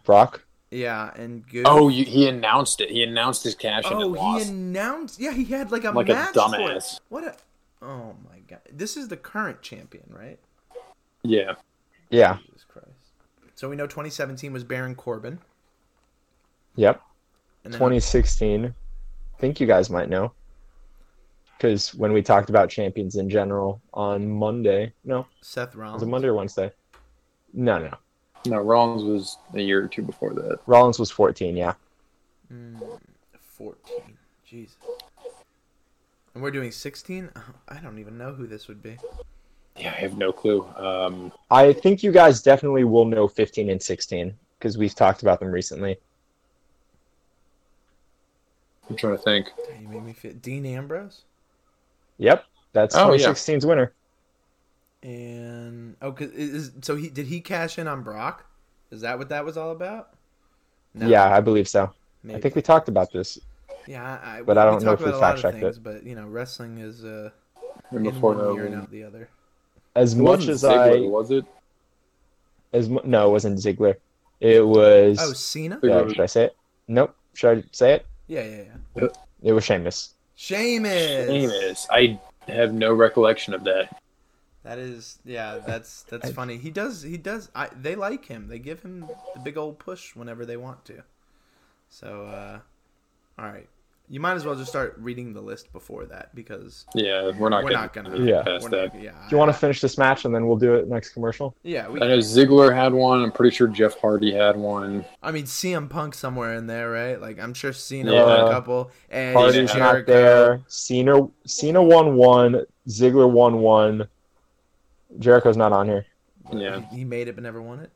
Speaker 6: Brock.
Speaker 4: Yeah, and Goose.
Speaker 5: Oh, you, he announced it. He announced his cash in and
Speaker 4: Oh, he
Speaker 5: lost.
Speaker 4: announced. Yeah, he had like a
Speaker 5: Like a
Speaker 4: match. for it.
Speaker 5: dumbass.
Speaker 4: What a. Oh my god! This is the current champion, right?
Speaker 5: yeah,
Speaker 6: Yeah.
Speaker 4: Jesus Christ. So we know 2017 was Baron Corbin.
Speaker 6: Yep.
Speaker 4: And then-
Speaker 6: 2016. I think you guys might know. Because when we talked about champions in general on Monday, no, it
Speaker 4: Seth Rollins.
Speaker 6: was it Monday or Wednesday? No, no. no.
Speaker 5: no, Rollins was a year or two before that.
Speaker 6: Rollins was 14, yeah.
Speaker 4: 14. Hmm, Jesus. And we're doing 16? Oh, I don't even know who this would be.
Speaker 5: Yeah, I have no clue. Um,
Speaker 6: I think you guys definitely will know 15 and 16 because we've talked about them recently.
Speaker 5: I'm trying to think.
Speaker 4: Damn, You made me feel. Dean Ambrose?
Speaker 6: Yep. That's
Speaker 5: Oh, yeah.
Speaker 6: 2016's winner.
Speaker 4: And. Oh, cause is, so he did he cash in on Brock? Is that what that was all about? No,
Speaker 6: Yeah, I believe so.
Speaker 4: Maybe.
Speaker 6: I think we talked about this.
Speaker 4: yeah, I,
Speaker 6: but I don't know if we
Speaker 4: fact
Speaker 6: fact-checked
Speaker 4: things, But, you know, wrestling is uh,
Speaker 5: And
Speaker 4: in
Speaker 5: Before
Speaker 4: one
Speaker 5: that,
Speaker 4: year and
Speaker 5: when-
Speaker 4: out the other.
Speaker 6: As
Speaker 5: it
Speaker 6: much
Speaker 5: wasn't
Speaker 6: as
Speaker 5: Ziggler,
Speaker 6: I
Speaker 5: was it?
Speaker 6: as mu- no, it wasn't Ziggler. It was
Speaker 4: Oh, Cena?
Speaker 5: Yeah.
Speaker 6: uh, should I say it? Nope. Should I say it?
Speaker 4: Yeah, yeah, yeah.
Speaker 6: It was Sheamus.
Speaker 4: Sheamus!
Speaker 5: Amos. I have no recollection of that.
Speaker 4: That is, yeah, that's that's funny. He does, he does. I, they like him. They give him the big old push whenever they want to. So, uh, all right, you might as well just start reading the list before that because
Speaker 5: Yeah, we're not.
Speaker 4: we're
Speaker 5: getting
Speaker 4: not gonna.
Speaker 6: Yeah.
Speaker 5: past
Speaker 4: we're not-
Speaker 5: that.
Speaker 4: Ah, yeah.
Speaker 6: Do you want to finish this match and then we'll do it next commercial?
Speaker 4: Yeah, we.
Speaker 5: I know Ziggler had one. I'm pretty sure Jeff Hardy had one.
Speaker 4: I mean, CM Punk somewhere in there, right? Like, I'm sure Cena
Speaker 5: Yeah.
Speaker 4: had a couple. And
Speaker 6: Hardy's not there. Cena Cena won one. Ziggler won one. Jericho's not on here.
Speaker 5: Yeah,
Speaker 4: He made it but never won it.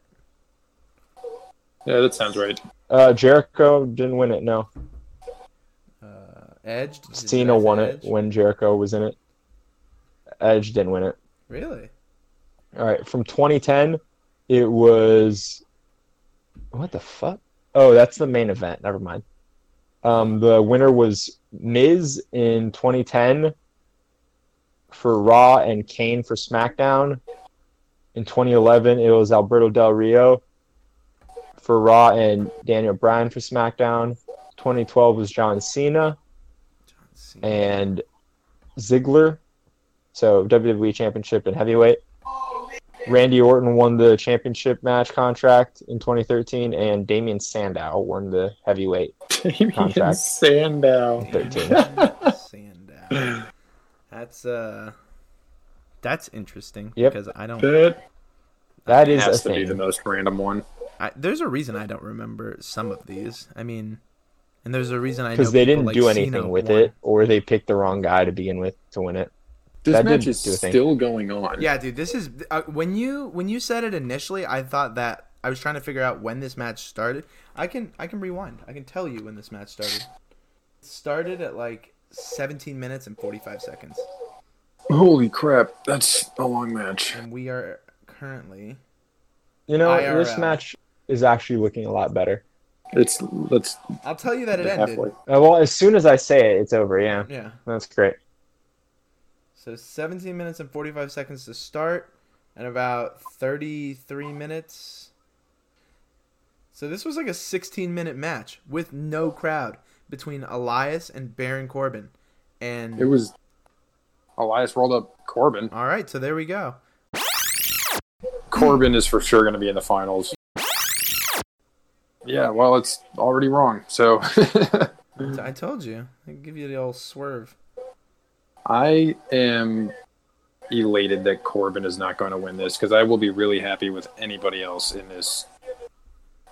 Speaker 5: yeah, that sounds right.
Speaker 6: Uh, Jericho didn't win it. No,
Speaker 4: Uh, Edge. Did you
Speaker 6: Cena
Speaker 4: guys
Speaker 6: won
Speaker 4: say
Speaker 6: it
Speaker 4: Edge?
Speaker 6: when Jericho was in it. Edge didn't win it.
Speaker 4: Really?
Speaker 6: All right, from 2010, it was what the fuck? Oh, that's the main event. Never mind. Um, the winner was Miz in 2010 for Raw and Kane for SmackDown. In 2011, it was Alberto Del Rio for Raw and Daniel Bryan for SmackDown. 2012 was John Cena
Speaker 4: John Cena.
Speaker 6: and Ziggler, so WWE Championship and heavyweight. Randy Orton won the championship match contract in 2013, and Damian Sandow won the heavyweight.
Speaker 5: Damian
Speaker 6: Contract.
Speaker 5: Sandow.
Speaker 4: 13. Sandow. That's uh that's interesting
Speaker 6: Yep.
Speaker 4: because I don't
Speaker 5: That
Speaker 6: That is a
Speaker 5: has to be the
Speaker 6: thing.
Speaker 5: most random one.
Speaker 4: I, there's a reason I don't remember some of these. I mean, and there's a reason I know
Speaker 6: Because they
Speaker 4: people
Speaker 6: didn't
Speaker 4: like
Speaker 6: do
Speaker 4: Cena
Speaker 6: anything with
Speaker 4: won.
Speaker 6: it, or they picked the wrong guy to begin with to win it.
Speaker 5: This
Speaker 6: That
Speaker 5: match
Speaker 6: did
Speaker 5: is
Speaker 6: do a thing.
Speaker 5: still going on.
Speaker 4: Yeah, dude, this is uh, when you when you said it initially, I thought that I was trying to figure out when this match started. I can I can rewind. I can tell you when this match started. It started at like 17 minutes and 45 seconds.
Speaker 5: Holy crap, that's a long match.
Speaker 4: And we are currently
Speaker 6: You know, this
Speaker 4: IRL.
Speaker 6: match is actually looking a lot better.
Speaker 5: It's that's
Speaker 4: I'll tell you that it ended.
Speaker 5: halfway.
Speaker 6: Uh, well, as soon as I say it, it's over. Yeah,
Speaker 4: Yeah.
Speaker 6: that's great.
Speaker 4: So 17 minutes and 45 seconds to start, and about 33 minutes. So this was like a 16 minute match with no crowd between Elias and Baron Corbin. And
Speaker 5: It was Elias rolled up Corbin.
Speaker 4: all right, so there we go.
Speaker 5: Corbin is for sure going to be in the finals. Yeah, well, it's already wrong. So Mm-hmm.
Speaker 4: So I told you, I give you the old swerve.
Speaker 5: I am elated that Corbin is not going to win this because I will be really happy with anybody else in this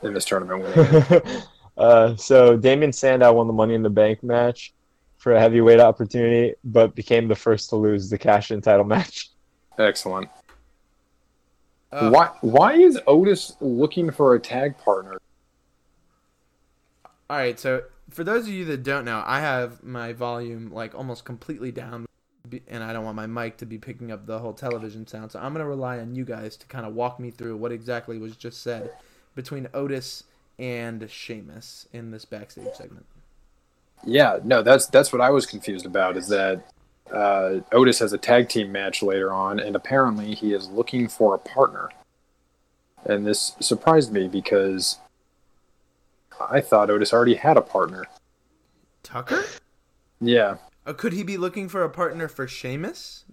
Speaker 5: in this tournament winning. it.
Speaker 6: uh, so Damien Sandow won the Money in the Bank match for a heavyweight opportunity, but became the first to lose the cash in title match.
Speaker 5: Excellent.
Speaker 7: Uh,
Speaker 5: why why is Otis looking for a tag partner?
Speaker 4: All right, so for those of you that don't know, I have my volume like almost completely down, be- and I don't want my mic to be picking up the whole television sound. So I'm gonna rely on you guys to kind of walk me through what exactly was just said between Otis and Sheamus in this backstage segment.
Speaker 5: Yeah, no, that's that's what I was confused about is that uh, Otis has a tag team match later on, and apparently he is looking for a partner. And this surprised me because I thought Otis already had a partner.
Speaker 4: Tucker?
Speaker 5: Yeah,
Speaker 4: Oh, could he be looking for a partner for Sheamus?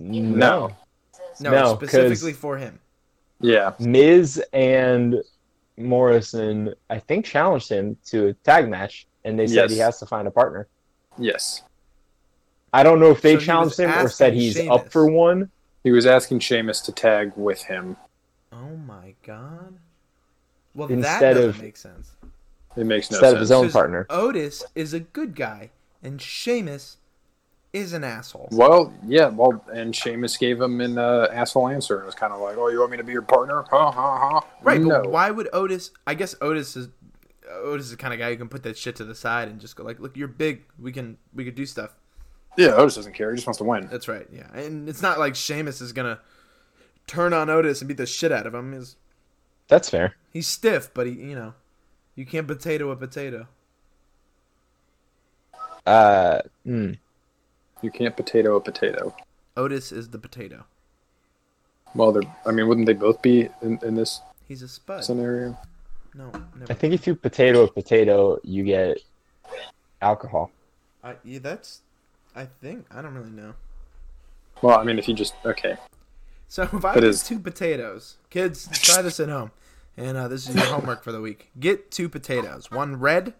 Speaker 6: No.
Speaker 4: No,
Speaker 6: No, 'cause-
Speaker 4: specifically for him.
Speaker 5: yeah,
Speaker 6: Miz and Morrison, I think, challenged him to a tag match, and they said
Speaker 5: Yes.
Speaker 6: he has to find a partner.
Speaker 5: yes.
Speaker 6: I don't know if they
Speaker 4: So he
Speaker 6: challenged
Speaker 4: was
Speaker 6: him or said
Speaker 4: asking
Speaker 6: he's
Speaker 4: Sheamus.
Speaker 6: up for one.
Speaker 5: He was asking Sheamus to tag with him.
Speaker 4: Oh my god. Well, that
Speaker 6: Instead
Speaker 4: doesn't
Speaker 6: of-
Speaker 4: make sense.
Speaker 5: It makes no
Speaker 6: Instead of
Speaker 5: sense.
Speaker 6: his own-
Speaker 4: 'Cause
Speaker 6: partner.
Speaker 4: Otis is a good guy, and Sheamus is an asshole.
Speaker 5: Well, yeah, well, and Sheamus gave him an uh, asshole answer and was kind of like, "Oh, you want me to be your partner? Ha ha ha!"
Speaker 4: Right,
Speaker 5: No.
Speaker 4: but why would Otis? I guess Otis is Otis is the kind of guy who can put that shit to the side and just go like, "Look, you're big. We can we could do stuff."
Speaker 5: Yeah, Otis doesn't care. He just wants to win.
Speaker 4: That's right. Yeah, and it's not like Sheamus is gonna turn on Otis and beat the shit out of him. He's
Speaker 6: That's fair.
Speaker 4: he's stiff, but he you know you can't potato a potato.
Speaker 6: Uh, hmm.
Speaker 5: You can't potato a potato.
Speaker 4: Otis is the potato.
Speaker 5: Well, they're. I mean, wouldn't they both be in, in this
Speaker 4: He's a spud.
Speaker 5: scenario?
Speaker 4: No,
Speaker 6: I
Speaker 4: never.
Speaker 6: think if you potato a potato, you get alcohol.
Speaker 4: I, yeah, that's. I think I don't really know.
Speaker 5: Well, I mean, if you just okay,
Speaker 4: So if I
Speaker 5: It
Speaker 4: get
Speaker 5: is.
Speaker 4: two potatoes, kids, try this at home, and uh, this is your homework for the week. Get two potatoes, one red,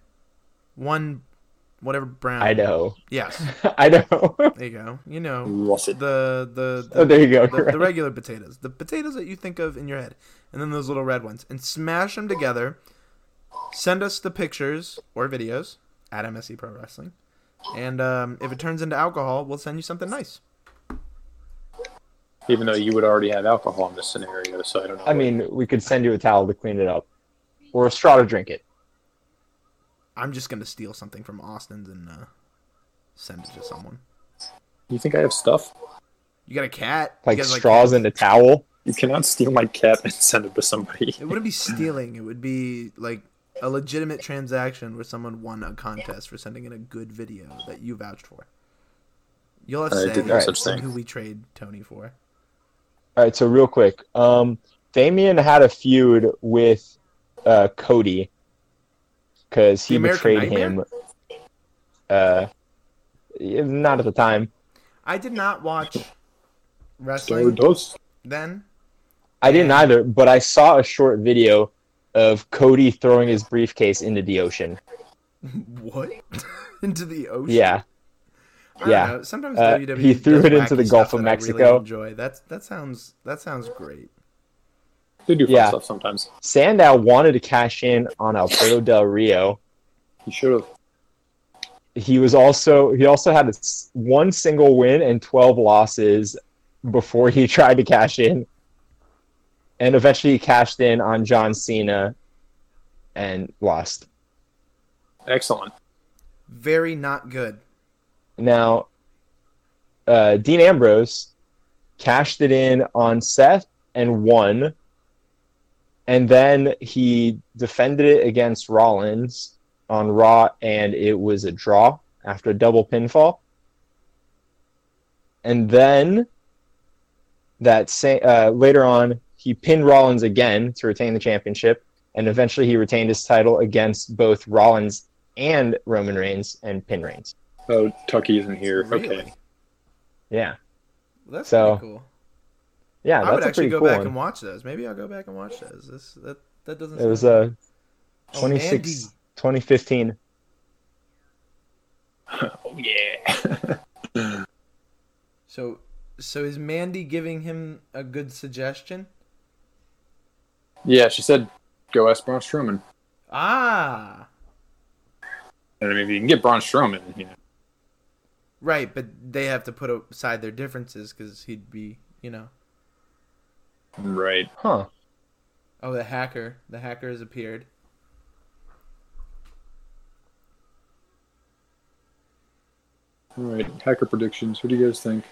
Speaker 4: one whatever brown.
Speaker 6: Idaho.
Speaker 4: Yes,
Speaker 6: Idaho.
Speaker 4: there you go. You know
Speaker 5: lost it.
Speaker 4: the the the,
Speaker 6: oh, there you go.
Speaker 4: the, the
Speaker 6: correct.
Speaker 4: regular potatoes, the potatoes that you think of in your head, and then those little red ones, and smash them together. Send us the pictures or videos at MSE Pro Wrestling, and um, if it turns into alcohol, we'll send you something nice.
Speaker 5: Even though you would already have alcohol in this scenario, so I don't know.
Speaker 6: I mean, we could send you a towel to clean it up, or a straw to drink it.
Speaker 4: I'm just gonna steal something from Austin's and uh, send it to someone.
Speaker 5: you think I have stuff?
Speaker 4: You got a cat? You
Speaker 6: Like
Speaker 4: guys
Speaker 6: straws
Speaker 4: cats?
Speaker 6: in a towel.
Speaker 5: You cannot steal my cat and send it to somebody.
Speaker 4: It wouldn't be stealing. It would be like a legitimate transaction where someone won a contest for sending in a good video that you vouched for. You'll have
Speaker 5: I
Speaker 4: say
Speaker 5: did no
Speaker 4: on
Speaker 5: such thing.
Speaker 4: who we trade Tony for.
Speaker 6: All right, so real quick, um, Damien had a feud with uh, Cody because he
Speaker 4: The American
Speaker 6: betrayed him. Uh, yeah, not at the time.
Speaker 4: I did not watch
Speaker 5: So
Speaker 4: wrestling
Speaker 5: those.
Speaker 4: then.
Speaker 6: I didn't either, but I saw a short video of Cody throwing his briefcase into the ocean.
Speaker 4: What? into the ocean?
Speaker 6: Yeah,
Speaker 4: I don't
Speaker 6: yeah.
Speaker 4: know. Sometimes
Speaker 6: Uh,
Speaker 4: WWE
Speaker 6: he threw
Speaker 4: does
Speaker 6: it into the
Speaker 4: wacky
Speaker 6: Gulf
Speaker 4: stuff
Speaker 6: of
Speaker 4: that I
Speaker 6: Mexico.
Speaker 4: Really enjoy that's that sounds that sounds great.
Speaker 5: They do fun
Speaker 6: Yeah.
Speaker 5: stuff sometimes.
Speaker 6: Sandow wanted to cash in on Alberto Del Rio.
Speaker 5: You should have.
Speaker 6: He was also he also had a s one single win and twelve losses before he tried to cash in, and eventually he cashed in on John Cena, and lost.
Speaker 5: Excellent.
Speaker 4: Very not good.
Speaker 6: Now, uh, Dean Ambrose cashed it in on Seth and won. And then he defended it against Rollins on Raw, and it was a draw after a double pinfall. And then that sa- uh, later on, he pinned Rollins again to retain the championship, and eventually he retained his title against both Rollins and Roman Reigns and Pin Reigns.
Speaker 5: Oh, Tucky isn't here.
Speaker 4: Really?
Speaker 5: Okay.
Speaker 6: Yeah.
Speaker 4: Well, that's
Speaker 6: So,
Speaker 4: pretty cool.
Speaker 6: Yeah,
Speaker 4: I would
Speaker 6: that's a
Speaker 4: actually
Speaker 6: pretty
Speaker 4: go
Speaker 6: cool
Speaker 4: back
Speaker 6: one.
Speaker 4: and watch those. Maybe I'll go back and watch those. This that that doesn't.
Speaker 6: it was
Speaker 4: sound-
Speaker 6: uh,
Speaker 4: Oh,
Speaker 6: 26,
Speaker 4: Andy.
Speaker 6: 2015.
Speaker 5: Oh yeah.
Speaker 4: So so is Mandy giving him a good suggestion?
Speaker 5: yeah, she said, "Go ask Braun Strowman."
Speaker 4: Ah,
Speaker 5: And I mean, if you can get Braun Strowman, you know,
Speaker 4: right. But they have to put aside their differences because he'd be you know
Speaker 5: Right.
Speaker 6: Huh.
Speaker 4: Oh, the hacker. The hacker has appeared.
Speaker 5: All right. Hacker predictions. What do you guys think?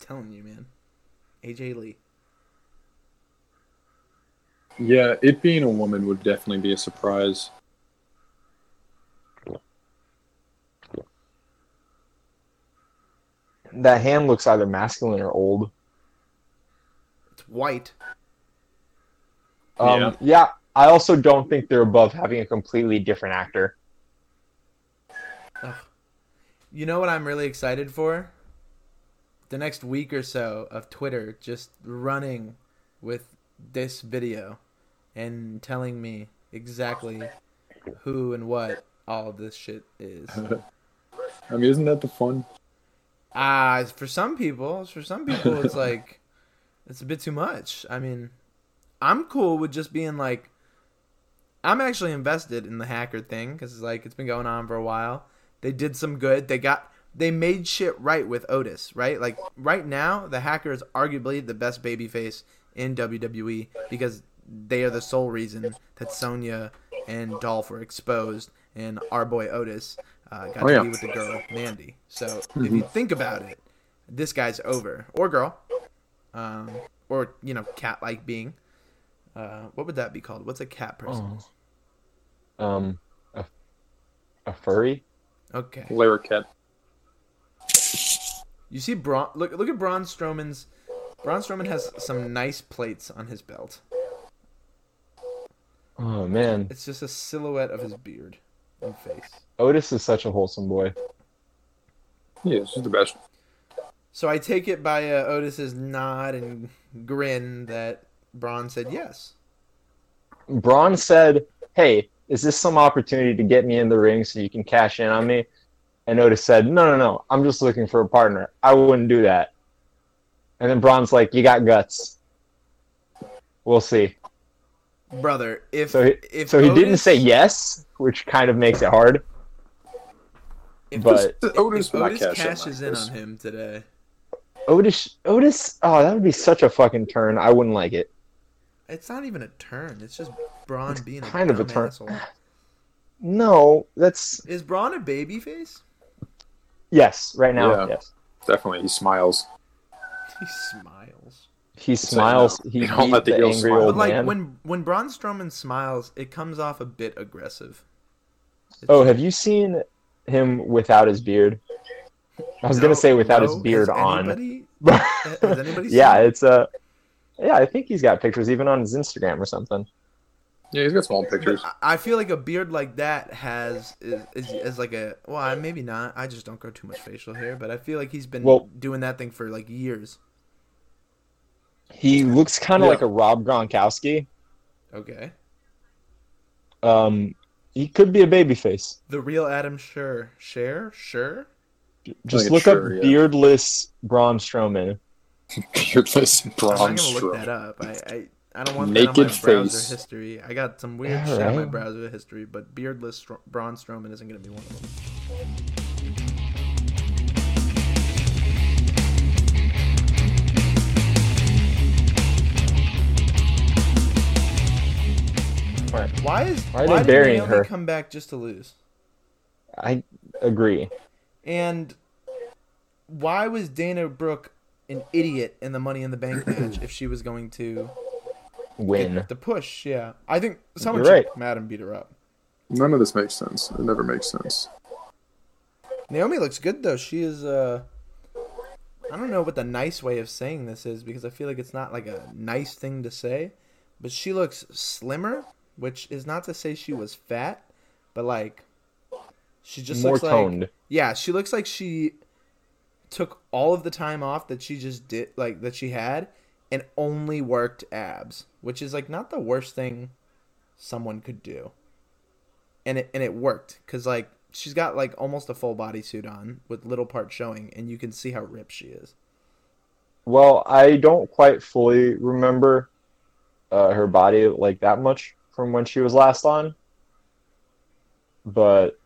Speaker 4: telling you, man. AJ Lee.
Speaker 5: Yeah, it being a woman would definitely be a surprise.
Speaker 6: That hand looks either masculine or old.
Speaker 4: It's white.
Speaker 6: Um,
Speaker 5: Yeah.
Speaker 6: yeah. I also don't think they're above having a completely different actor.
Speaker 4: You know what I'm really excited for? The next week or so of Twitter just running with this video and telling me exactly who and what all of this shit is.
Speaker 5: I mean, isn't that the fun?
Speaker 4: Ah, it's for some people, for some people, it's like it's a bit too much. I mean, I'm cool with just being like, I'm actually invested in the hacker thing because it's like it's been going on for a while. They did some good. They got they made shit right with Otis, right? Like right now, the hacker is arguably the best babyface in WWE because they are the sole reason that Sonya and Dolph were exposed, and our boy Otis uh, got
Speaker 5: Oh,
Speaker 4: to
Speaker 5: yeah. Mm-hmm.
Speaker 4: be with the girl Mandy. So if you think about it, this guy's over or girl, um, or you know, cat-like being. Uh, what would that be called? What's a cat person?
Speaker 6: Um, a, a furry.
Speaker 4: Okay.
Speaker 5: Larriquette.
Speaker 4: You see, Braun. Look, look at Braun Strowman's. Braun Strowman has some nice plates on his belt.
Speaker 6: Oh man,
Speaker 4: It's just a silhouette of his beard and face.
Speaker 6: Otis is such a wholesome boy.
Speaker 5: Yeah, she's the best.
Speaker 4: So I take it by uh, Otis's nod and grin that Braun said yes.
Speaker 6: Braun said, "Hey, is this some opportunity to get me in the ring so you can cash in on me?" And Otis said, "No, no, no. I'm just looking for a partner. I wouldn't do that." And then Braun's like, "You got guts. We'll see."
Speaker 4: Brother, if
Speaker 6: So he,
Speaker 4: if
Speaker 6: so he didn't
Speaker 4: Otis-
Speaker 6: say yes, which kind of makes it hard.
Speaker 4: If-
Speaker 6: But
Speaker 5: Otis,
Speaker 4: if
Speaker 5: would not
Speaker 4: Otis
Speaker 5: cash in
Speaker 4: cashes
Speaker 5: like
Speaker 4: in
Speaker 5: this.
Speaker 4: on him today.
Speaker 6: Otis, Otis, oh, that would be such a fucking turn. I wouldn't like it.
Speaker 4: It's not even a turn. It's just Braun being a
Speaker 6: kind of a
Speaker 4: dumb
Speaker 6: turn.
Speaker 4: asshole.
Speaker 6: No, that's
Speaker 4: Is Braun a babyface?
Speaker 6: yes. Right now,
Speaker 5: Yeah.
Speaker 6: yes.
Speaker 5: Definitely, he smiles.
Speaker 4: He smiles.
Speaker 6: He smiles.
Speaker 5: no.
Speaker 6: He
Speaker 5: They don't
Speaker 6: beat
Speaker 5: let the
Speaker 6: the
Speaker 5: girls
Speaker 6: angry
Speaker 5: smile.
Speaker 6: old
Speaker 4: But like
Speaker 6: Oh, man.
Speaker 4: when when Braun Strowman smiles, it comes off a bit aggressive. It's-
Speaker 6: Oh, have you seen him without his beard? I was gonna say without his
Speaker 4: No, has
Speaker 6: beard on.
Speaker 4: anybody-
Speaker 6: yeah,
Speaker 4: has anybody seen it?
Speaker 6: it's a. Yeah, I think he's got pictures even on his Instagram or something.
Speaker 5: Yeah, he's got small pictures.
Speaker 4: I- I feel like a beard like that has is, is, is like a well, I- maybe not. I just don't grow too much facial hair, but I feel like he's been
Speaker 6: Well-
Speaker 4: doing that thing for like years.
Speaker 6: He looks kind of
Speaker 5: Yeah.
Speaker 6: like a Rob Gronkowski.
Speaker 4: Okay.
Speaker 6: Um, he could be a babyface.
Speaker 4: The real Adam Sure, Share, Sure.
Speaker 6: Just
Speaker 5: Like a
Speaker 6: look
Speaker 5: sure,
Speaker 6: up
Speaker 5: yeah.
Speaker 6: beardless Braun Strowman.
Speaker 5: Beardless
Speaker 4: I'm
Speaker 5: Braun
Speaker 4: not gonna look that
Speaker 5: Strowman.
Speaker 4: up. I, I, I don't want that on
Speaker 5: Naked
Speaker 4: my browser
Speaker 5: face.
Speaker 4: history. I got some weird
Speaker 6: Yeah,
Speaker 4: shit on my
Speaker 6: right.
Speaker 4: browser history, but beardless Stro- Braun Strowman isn't gonna be one of them. Why is
Speaker 6: Why are
Speaker 4: why
Speaker 6: they
Speaker 4: did
Speaker 6: burying
Speaker 4: Naomi
Speaker 6: her?
Speaker 4: come back just to lose?
Speaker 6: I agree.
Speaker 4: And why was Dana Brooke an idiot in the Money in the Bank match if she was going to get
Speaker 6: Win.
Speaker 4: the push? Yeah, I think someone
Speaker 6: You're
Speaker 4: should
Speaker 6: right.
Speaker 4: Madam beat her up.
Speaker 5: None of this makes sense. It never makes sense.
Speaker 4: Naomi looks good though. She is uh I don't know what the nice way of saying this is because I feel like it's not like a nice thing to say, but she looks slimmer, which is not to say she was fat, but like she just
Speaker 6: More
Speaker 4: looks
Speaker 6: toned.
Speaker 4: like yeah, she looks like she took all of the time off that she just did like that she had and only worked abs, which is like not the worst thing someone could do and it and it worked because like she's got like almost a full body suit on with little part showing and you can see how ripped she is
Speaker 6: Well, I don't quite fully remember uh, her body like that much from when she was last on, but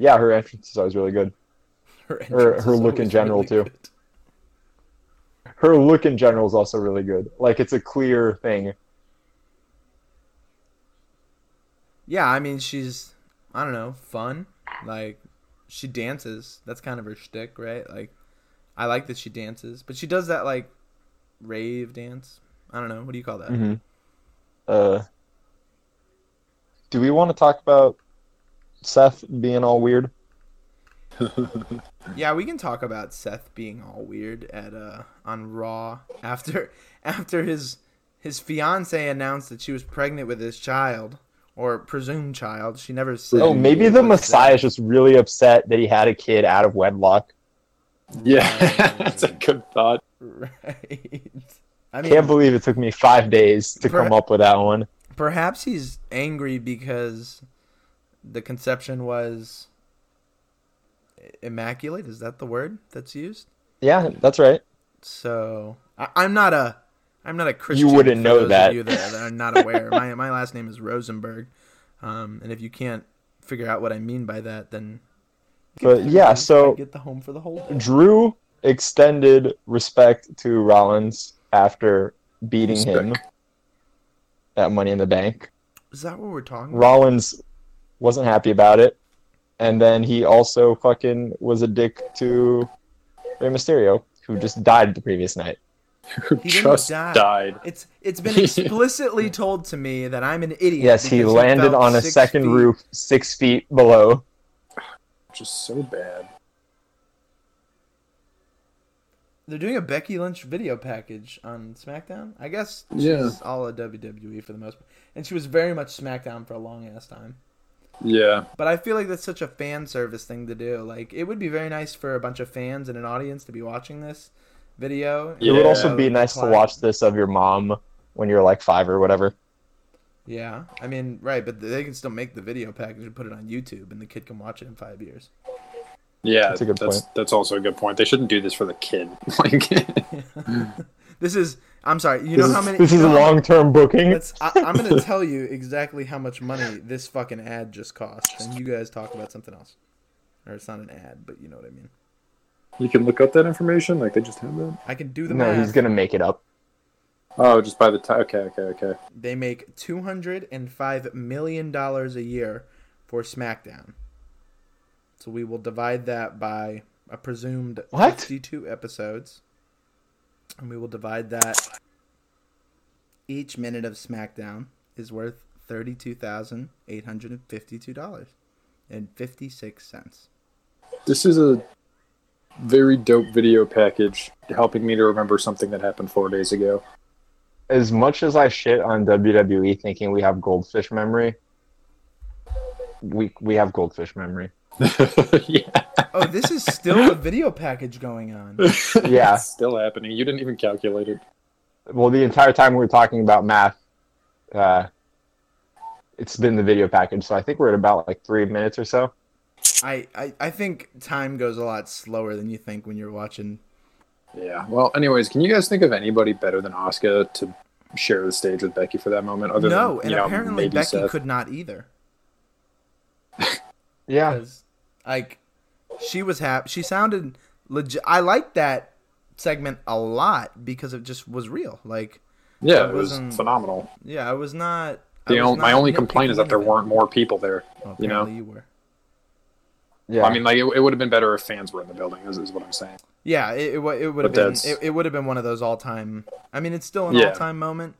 Speaker 6: yeah, her entrance is always really good.
Speaker 4: her, entrance
Speaker 6: her
Speaker 4: is
Speaker 6: look in
Speaker 4: always
Speaker 6: general, too.
Speaker 4: good.
Speaker 6: her look in general is also really good. Like it's a clear thing.
Speaker 4: Yeah, I mean she's I don't know, fun. Like she dances. That's kind of her shtick, right? Like I like that she dances, but she does that like rave dance. I don't know. What do you call that?
Speaker 6: Mhm. Uh, do we want to talk about Seth being all weird?
Speaker 4: Yeah, we can talk about Seth being all weird at uh on Raw after after his his fiance announced that she was pregnant with his child or presumed child. She never said.
Speaker 6: Oh, maybe the
Speaker 4: what was
Speaker 6: Messiah
Speaker 4: that.
Speaker 6: is just really upset that he had a kid out of wedlock.
Speaker 5: Yeah, that's a good thought.
Speaker 4: Right. I
Speaker 6: Can't
Speaker 4: mean,
Speaker 6: believe it took me five days to
Speaker 4: Per-
Speaker 6: come up with that one.
Speaker 4: perhaps he's angry because the conception was immaculate. Is that the word that's used?
Speaker 6: Yeah, that's right.
Speaker 4: So I, I'm not a I'm not a Christian.
Speaker 6: wouldn't
Speaker 4: for
Speaker 6: know
Speaker 4: those of
Speaker 6: that.
Speaker 4: you that, that are not aware. my my last name is Rosenberg, um, and if you can't figure out what I mean by that, then
Speaker 6: But yeah, so
Speaker 4: get the home for the whole.
Speaker 6: Drew extended respect to Rollins after beating him at Money in the Bank.
Speaker 4: Is that what we're talking about?
Speaker 6: Rollins wasn't happy about it, and then he also fucking was a dick to Rey Mysterio, who just died the previous night.
Speaker 5: Who
Speaker 4: He didn't
Speaker 5: just
Speaker 4: die.
Speaker 5: died?
Speaker 4: It's it's been explicitly told to me that I'm an idiot.
Speaker 6: Yes, he
Speaker 4: because
Speaker 6: landed
Speaker 4: fell
Speaker 6: on a
Speaker 4: six
Speaker 6: second
Speaker 4: feet.
Speaker 6: roof six feet below.
Speaker 5: Which is so bad.
Speaker 4: They're doing a Becky Lynch video package on SmackDown. I guess she's
Speaker 5: Yeah.
Speaker 4: all a WWE E for the most part, and she was very much SmackDown for a long ass time.
Speaker 5: Yeah,
Speaker 4: But I feel like that's such a fan service thing to do. Like it would be very nice for a bunch of fans and an audience to be watching this video.
Speaker 6: It would
Speaker 5: Yeah.
Speaker 6: also be nice to watch this of your mom when you're like five or whatever.
Speaker 4: Yeah, I mean, right? But they can still make the video package and put it on YouTube, and the kid can watch it in five years.
Speaker 5: yeah,
Speaker 6: That's a good
Speaker 5: that's, that's also a good point. They shouldn't do this for the kid. Like,
Speaker 4: This is. I'm sorry. You know
Speaker 6: This
Speaker 4: how
Speaker 6: is-
Speaker 4: many?
Speaker 6: this
Speaker 4: you
Speaker 6: is a
Speaker 4: know how-
Speaker 6: long term booking.
Speaker 4: Let's, I, I'm going to tell you exactly how much money this fucking ad just cost, and you guys talk about something else. Or it's not an ad, but you know what I mean.
Speaker 5: you can look up that information. Like they just have that.
Speaker 4: I can do the
Speaker 6: No,
Speaker 4: math.
Speaker 6: he's gonna make it up.
Speaker 5: Oh, just by the time. Okay, okay, okay.
Speaker 4: They make two hundred and five million dollars a year for SmackDown. So we will divide that by a presumed
Speaker 6: What?
Speaker 4: fifty-two episodes, and we will divide that. Each minute of SmackDown is worth thirty-two thousand eight hundred and fifty-two dollars and fifty-six cents.
Speaker 5: This is a very dope video package, helping me to remember something that happened four days ago.
Speaker 6: as much as I shit on WWE thinking we have goldfish memory, we we have goldfish memory.
Speaker 5: yeah,
Speaker 4: Oh, this is still a video package going on.
Speaker 6: Yeah.
Speaker 5: it's still happening. You didn't even calculate it.
Speaker 6: well, the entire time we were talking about math, uh, it's been the video package. So I think we're at about like three minutes or so.
Speaker 4: I, I I think time goes a lot slower than you think when you're watching
Speaker 5: Yeah. Well, anyways, can you guys think of anybody better than Oscar to share the stage with Becky for that moment? Other
Speaker 4: no,
Speaker 5: than,
Speaker 4: and
Speaker 5: you know,
Speaker 4: apparently
Speaker 5: maybe
Speaker 4: Becky
Speaker 5: Seth?
Speaker 4: could not either.
Speaker 6: Yeah.
Speaker 4: Because, like, she was happy. She sounded legit. I liked that segment a lot because it just was real. Like,
Speaker 5: Yeah, it was
Speaker 4: wasn't-
Speaker 5: phenomenal.
Speaker 4: yeah, I was not. I
Speaker 5: The
Speaker 4: was
Speaker 5: only, my
Speaker 4: not
Speaker 5: only complaint is
Speaker 4: nitpicking
Speaker 5: that there
Speaker 4: anything.
Speaker 5: weren't more people there.
Speaker 4: Well,
Speaker 5: you know?
Speaker 4: apparently you were.
Speaker 6: Yeah.
Speaker 5: I mean, like it, it would have been better if fans were in the building. Is, is what I'm saying.
Speaker 4: Yeah, it, it, wa- it would have
Speaker 5: But
Speaker 4: been
Speaker 5: that's-
Speaker 4: it, it would have been one of those all time. I mean, it's still an
Speaker 5: Yeah.
Speaker 4: all time moment,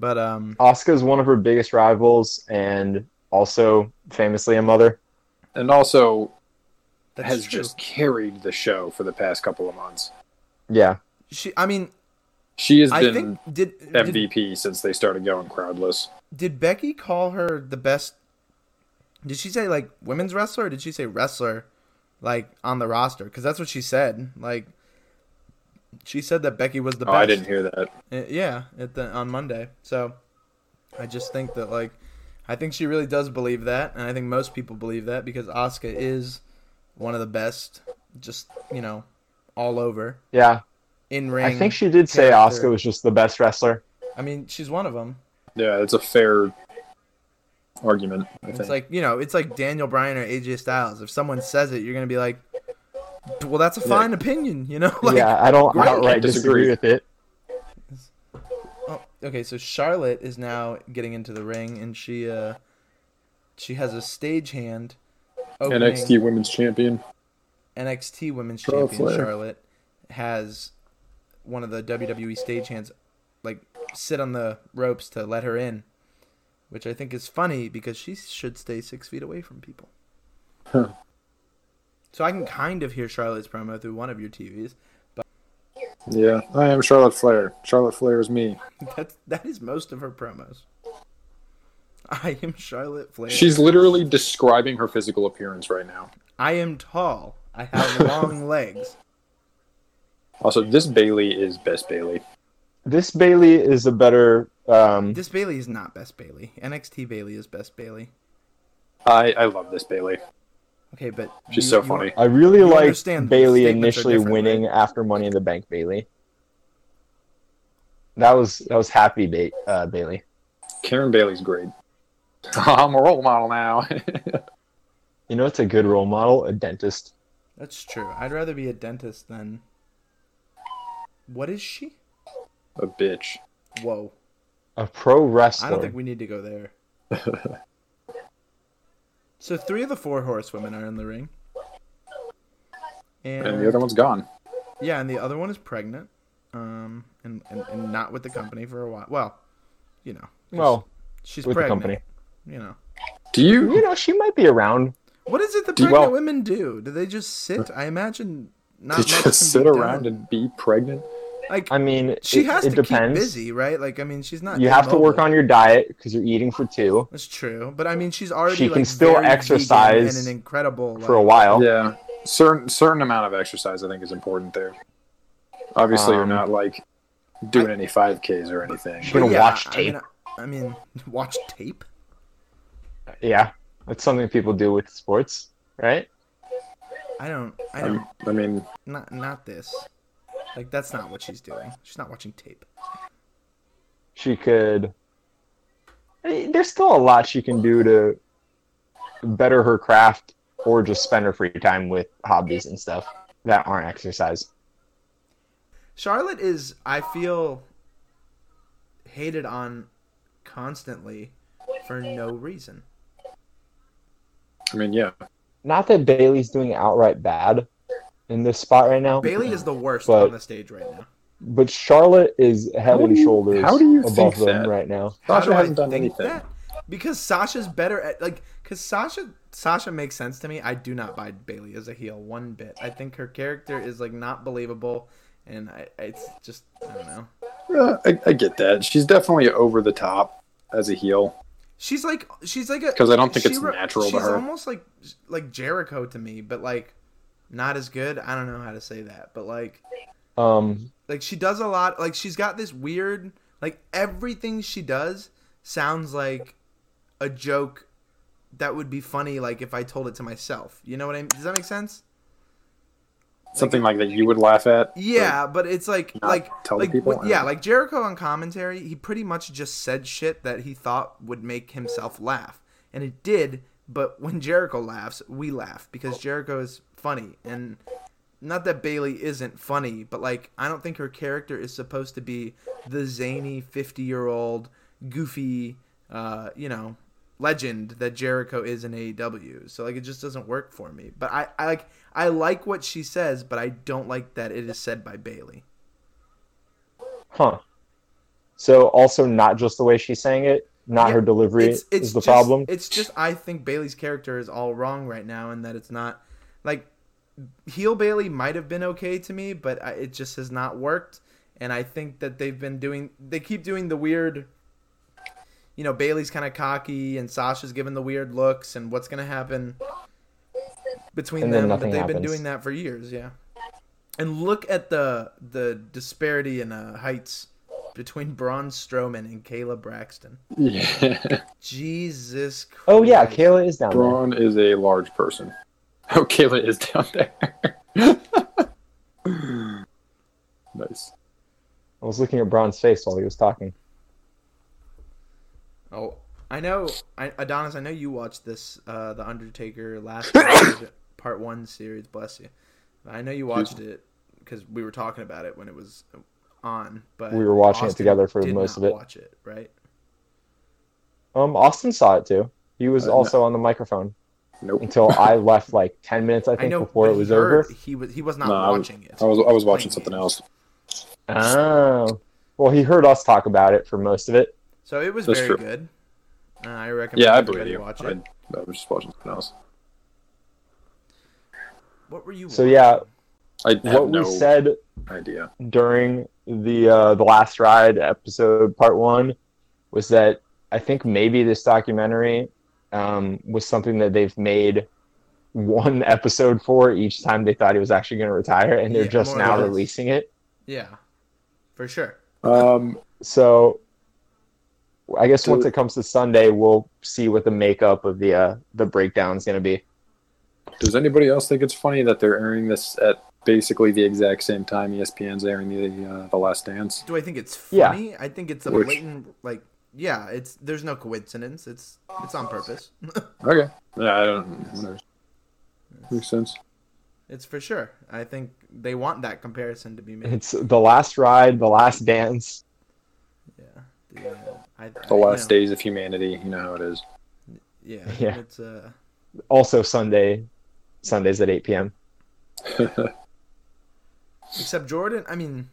Speaker 4: but um,
Speaker 6: Asuka's one of her biggest rivals and also famously a mother.
Speaker 5: And also,
Speaker 4: that's
Speaker 5: has
Speaker 4: true.
Speaker 5: just carried the show for the past couple of months.
Speaker 6: Yeah.
Speaker 4: She, I mean,
Speaker 5: She has
Speaker 4: I
Speaker 5: been
Speaker 4: think did did
Speaker 5: MVP since they started going crowdless.
Speaker 4: did Becky call her the best? Did she say like women's wrestler? Or did she say wrestler, like on the roster? Because that's what she said. Like she said that Becky was the
Speaker 5: Oh,
Speaker 4: best.
Speaker 5: I didn't hear that.
Speaker 4: Uh, yeah, at the on Monday. So I just think that like I think she really does believe that, and I think most people believe that because Asuka is one of the best. Just you know, all over
Speaker 6: Yeah.
Speaker 4: in ring.
Speaker 6: I think she did say
Speaker 4: character.
Speaker 6: Asuka was just the best wrestler.
Speaker 4: I mean, she's one of them.
Speaker 5: Yeah, it's a fair argument. I
Speaker 4: It's
Speaker 5: think.
Speaker 4: like you know, it's like Daniel Bryan or AJ Styles. If someone says it, you're gonna be like, Well, that's a fine opinion, you know.
Speaker 6: yeah, I don't
Speaker 5: great.
Speaker 6: outright disagree
Speaker 5: Disagree.
Speaker 6: with it.
Speaker 4: Oh, okay, so Charlotte is now getting into the ring, and she uh, she has a stagehand opening.
Speaker 5: NXT Women's Champion.
Speaker 4: NXT Women's
Speaker 5: Charlotte
Speaker 4: Champion
Speaker 5: Flair.
Speaker 4: Charlotte has one of the WWE stagehands like sit on the ropes to let her in, which I think is funny because she should stay six feet away from people.
Speaker 5: Huh.
Speaker 4: So I can kind of hear Charlotte's promo through one of your TVs.
Speaker 5: Yeah, I am Charlotte Flair. Charlotte Flair is me.
Speaker 4: That's that is most of her promos. I am Charlotte Flair.
Speaker 5: She's literally describing her physical appearance right now.
Speaker 4: I am tall. I have long legs.
Speaker 5: Also, this Bailey is best Bailey.
Speaker 6: This Bailey is a better. Um,
Speaker 4: This Bailey is not best Bailey. NXT Bailey is best Bailey.
Speaker 5: I, I love this Bailey.
Speaker 4: Okay, but
Speaker 5: She's
Speaker 4: you-
Speaker 5: so
Speaker 4: you-
Speaker 5: funny.
Speaker 6: I really
Speaker 4: You
Speaker 6: like
Speaker 4: understand
Speaker 6: Bailey
Speaker 4: statements are
Speaker 6: initially
Speaker 4: different,
Speaker 6: winning after Money in the Bank. Bailey. That was that was happy ba- uh, Bailey.
Speaker 5: Karen Bailey's great. I'm a role model now.
Speaker 6: You know, it's a good role model. A dentist.
Speaker 4: That's true. I'd rather be a dentist than. What is she?
Speaker 5: a bitch.
Speaker 4: Whoa.
Speaker 6: A pro wrestler.
Speaker 4: I don't think we need to go there. so three of the four horsewomen are in the ring. And,
Speaker 5: And the other one's gone.
Speaker 4: yeah, and the other one is pregnant. Um, and, and, and not with the company for a while. Well, you know,
Speaker 6: well,
Speaker 4: she's
Speaker 6: with the
Speaker 4: pregnant.
Speaker 6: company.
Speaker 4: You know.
Speaker 5: Do you?
Speaker 6: You know, she might be around.
Speaker 4: What is it that
Speaker 5: Do-
Speaker 4: pregnant
Speaker 5: well-
Speaker 4: women do? Do they just sit? I imagine not
Speaker 5: Did
Speaker 4: much
Speaker 5: you
Speaker 4: can
Speaker 5: just sit
Speaker 4: be
Speaker 5: around
Speaker 4: done.
Speaker 5: and be pregnant?
Speaker 4: like
Speaker 6: I mean,
Speaker 4: she
Speaker 6: it,
Speaker 4: has
Speaker 6: it
Speaker 4: to
Speaker 6: depends.
Speaker 4: keep busy, right? Like I mean, she's not.
Speaker 6: You have to work
Speaker 4: immobile.
Speaker 6: on your diet because you're eating for two
Speaker 4: That's true, but I mean, she's already
Speaker 6: She can
Speaker 4: like,
Speaker 6: still
Speaker 4: very
Speaker 6: exercise
Speaker 4: vegan and an incredible
Speaker 6: for a
Speaker 4: like-
Speaker 6: while.
Speaker 5: Yeah. Certain certain amount of exercise I think is important there. Obviously you're
Speaker 6: Um,
Speaker 5: not like doing any 5Ks or anything.
Speaker 6: She can
Speaker 4: Yeah,
Speaker 6: watch
Speaker 4: I mean,
Speaker 6: tape.
Speaker 4: I I mean, watch tape.
Speaker 6: yeah, that's something people do with sports, right?
Speaker 4: I don't. I don't.
Speaker 5: Um, I mean,
Speaker 4: Not not this. Like that's not what she's doing. She's not watching tape.
Speaker 6: she could I mean, there's still a lot she can do to better her craft or just spend her free time with hobbies and stuff that aren't exercise
Speaker 4: Charlotte is. I feel hated on constantly for no reason.
Speaker 5: I mean, yeah.
Speaker 6: not that bailey's doing outright bad in this spot right now
Speaker 4: Bailey is the worst
Speaker 6: But-
Speaker 4: on the stage right now.
Speaker 6: but charlotte is head
Speaker 5: How do
Speaker 6: and
Speaker 5: you-
Speaker 6: shoulders
Speaker 5: how do you
Speaker 6: above
Speaker 5: think
Speaker 6: them
Speaker 5: that?
Speaker 6: right now
Speaker 4: How do
Speaker 5: Sasha
Speaker 4: I
Speaker 5: hasn't done
Speaker 4: think
Speaker 5: anything.
Speaker 4: that? Because Sasha's better at like because Sasha Sasha makes sense to me. I do not buy Bailey as a heel one bit. I think her character is like not believable, and I it's just I don't know.
Speaker 5: Uh, I, I get that. She's definitely over the top as a heel.
Speaker 4: She's like she's like a
Speaker 5: 'Cause I don't think
Speaker 4: she
Speaker 5: it's
Speaker 4: re-
Speaker 5: natural to
Speaker 4: She's
Speaker 5: her.
Speaker 4: almost like like Jericho to me, but like not as good. I don't know how to say that, but like
Speaker 6: um
Speaker 4: like she does a lot like she's got this weird like everything she does sounds like a joke that would be funny like if i told it to myself you know what i mean does that make sense
Speaker 5: Something like that you would laugh at.
Speaker 4: yeah but it's like
Speaker 5: not
Speaker 4: like
Speaker 5: tell the
Speaker 4: like
Speaker 5: people?
Speaker 4: with- yeah like jericho on commentary he pretty much just said shit that he thought would make himself laugh and it did but when jericho laughs we laugh because jericho is funny and not that Bailey isn't funny, but like I don't think her character is supposed to be the zany fifty-year-old goofy, uh, you know, legend that Jericho is in AEW. So like it just doesn't work for me. But I, I like I like what she says, but I don't like that it is said by Bailey.
Speaker 6: huh so also not just the way she's saying it not
Speaker 4: Yeah,
Speaker 6: her delivery
Speaker 4: It's it's
Speaker 6: is the
Speaker 4: just,
Speaker 6: problem
Speaker 4: It's just I think Bailey's character is all wrong right now, and that it's not like heel Bailey might have been okay to me, but I, it just has not worked. And I think that they've been doing they keep doing the weird. You know, Bailey's kind of cocky, and Sasha's giving the weird looks, and what's gonna happen between
Speaker 6: And then
Speaker 4: them? But
Speaker 6: nothing
Speaker 4: they've been
Speaker 6: happens.
Speaker 4: doing that for years, yeah. And look at the the disparity in uh, heights between Braun Strowman and Kayla Braxton.
Speaker 5: Yeah.
Speaker 4: Jesus Christ.
Speaker 6: oh yeah kayla is down there
Speaker 5: Braun is a large person. Oh, Kayla is down there. nice.
Speaker 6: i was looking at braun's face while he was talking
Speaker 4: Oh, I know. I, Adonis, I know you watched this, uh, The Undertaker last part, part one series. Bless you. I know you watched it because we were talking about it when it was on. But
Speaker 6: We were watching it
Speaker 4: Austin
Speaker 6: together for
Speaker 4: did
Speaker 6: most
Speaker 4: not
Speaker 6: of it.
Speaker 4: Watch it, right?
Speaker 6: Um, Austin saw it too. He was
Speaker 5: Uh, no.
Speaker 6: also on the microphone
Speaker 5: Nope.
Speaker 6: until I left like ten minutes, I
Speaker 4: I
Speaker 6: think,
Speaker 4: know
Speaker 6: before
Speaker 4: but
Speaker 6: it was
Speaker 4: he
Speaker 6: over.
Speaker 4: heard- He was he was not
Speaker 5: No, I was-
Speaker 4: watching it.
Speaker 5: I was I was watching
Speaker 4: Playing
Speaker 5: something
Speaker 4: games.
Speaker 5: else.
Speaker 6: Oh, well, he heard us talk about it for most of it.
Speaker 4: So it was
Speaker 5: That's
Speaker 4: very
Speaker 5: true.
Speaker 4: good. Uh, I recommend.
Speaker 5: Yeah, I
Speaker 4: everybody
Speaker 5: believe you.
Speaker 4: Watch
Speaker 5: I,
Speaker 4: it.
Speaker 5: I was just watching something else.
Speaker 4: What were you?
Speaker 6: So yeah,
Speaker 5: I have
Speaker 6: what
Speaker 5: no
Speaker 6: we said
Speaker 5: idea.
Speaker 6: during the uh, the last ride episode part one was that I think maybe this documentary um, was something that they've made one episode for each time they thought he was actually going to retire, and they're
Speaker 4: Yeah,
Speaker 6: just
Speaker 4: more or
Speaker 6: now
Speaker 4: less.
Speaker 6: releasing it.
Speaker 4: Yeah, for sure.
Speaker 5: Um,
Speaker 6: So I guess
Speaker 5: Do-
Speaker 6: once it comes to Sunday, we'll see what the makeup of the uh, the breakdown is going to be.
Speaker 5: does anybody else think it's funny that they're airing this at basically the exact same time E ESPN's airing the uh, the Last Dance?
Speaker 4: Do I think it's
Speaker 6: Yeah.
Speaker 4: funny? I think it's a
Speaker 5: Which-
Speaker 4: blatant like. Yeah, it's there's no coincidence. It's it's on purpose.
Speaker 5: Okay. Yeah, I don't. Whatever. Makes sense.
Speaker 4: it's for sure. I think they want that comparison to be made.
Speaker 6: It's the last ride, the last dance.
Speaker 4: Yeah. The, uh, I,
Speaker 5: The
Speaker 4: I- you
Speaker 5: last
Speaker 4: know,
Speaker 5: days of humanity. You know how it is.
Speaker 4: Yeah.
Speaker 6: Yeah.
Speaker 4: It's uh.
Speaker 6: Also Sunday, Sundays at eight p.m.
Speaker 4: Except Jordan. I mean,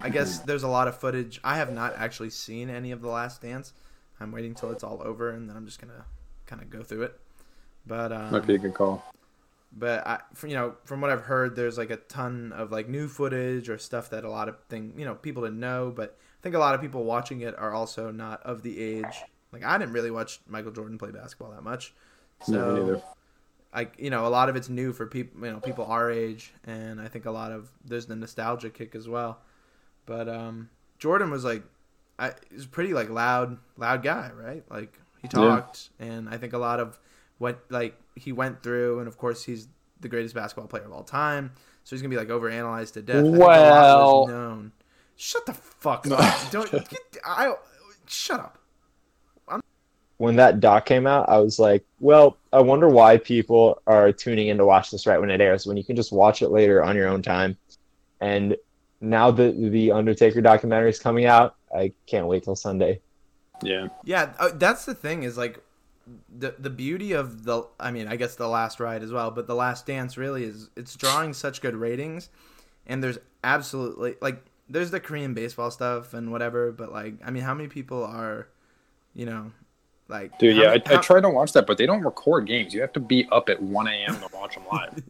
Speaker 4: I guess there's a lot of footage. I have not actually seen any of the Last Dance. I'm waiting till it's all over, and then I'm just gonna kind of go through it. But um,
Speaker 5: Might be a good call.
Speaker 4: but I, from, you know, from what I've heard, there's like a ton of like new footage or stuff that a lot of thing, you know, people didn't know. But I think a lot of people watching it are also not of the age. Like I didn't really watch Michael Jordan play basketball that much,
Speaker 5: No, me
Speaker 4: so
Speaker 5: neither.
Speaker 4: like you know, a lot of it's new for people, you know, people our age, and I think a lot of there's the nostalgia kick as well. But um, Jordan was like, I he's a pretty like loud, loud guy, right? Like he talked, and I think a lot of what like he went through, and of course he's the greatest basketball player of all time, so he's gonna be like overanalyzed to death. I think a lot
Speaker 6: Well-
Speaker 4: was known. Shut the fuck up! Don't get, I shut up.
Speaker 6: When that doc came out, I was like, "Well, I wonder why people are tuning in to watch this right when it airs, when you can just watch it later on your own time." And now that the Undertaker documentary is coming out, I can't wait till Sunday.
Speaker 5: Yeah.
Speaker 4: Yeah, uh, that's the thing is like the the beauty of the I mean, I guess the last ride as well, but the last dance really is it's drawing such good ratings and there's absolutely like there's the Korean baseball stuff and whatever, but like I mean, how many people are you know like
Speaker 5: Dude,
Speaker 4: how
Speaker 5: yeah, I,
Speaker 4: many-
Speaker 5: I
Speaker 4: how-
Speaker 5: tried to watch that, but they don't record games. You have to be up at 1 a.m. to watch them live.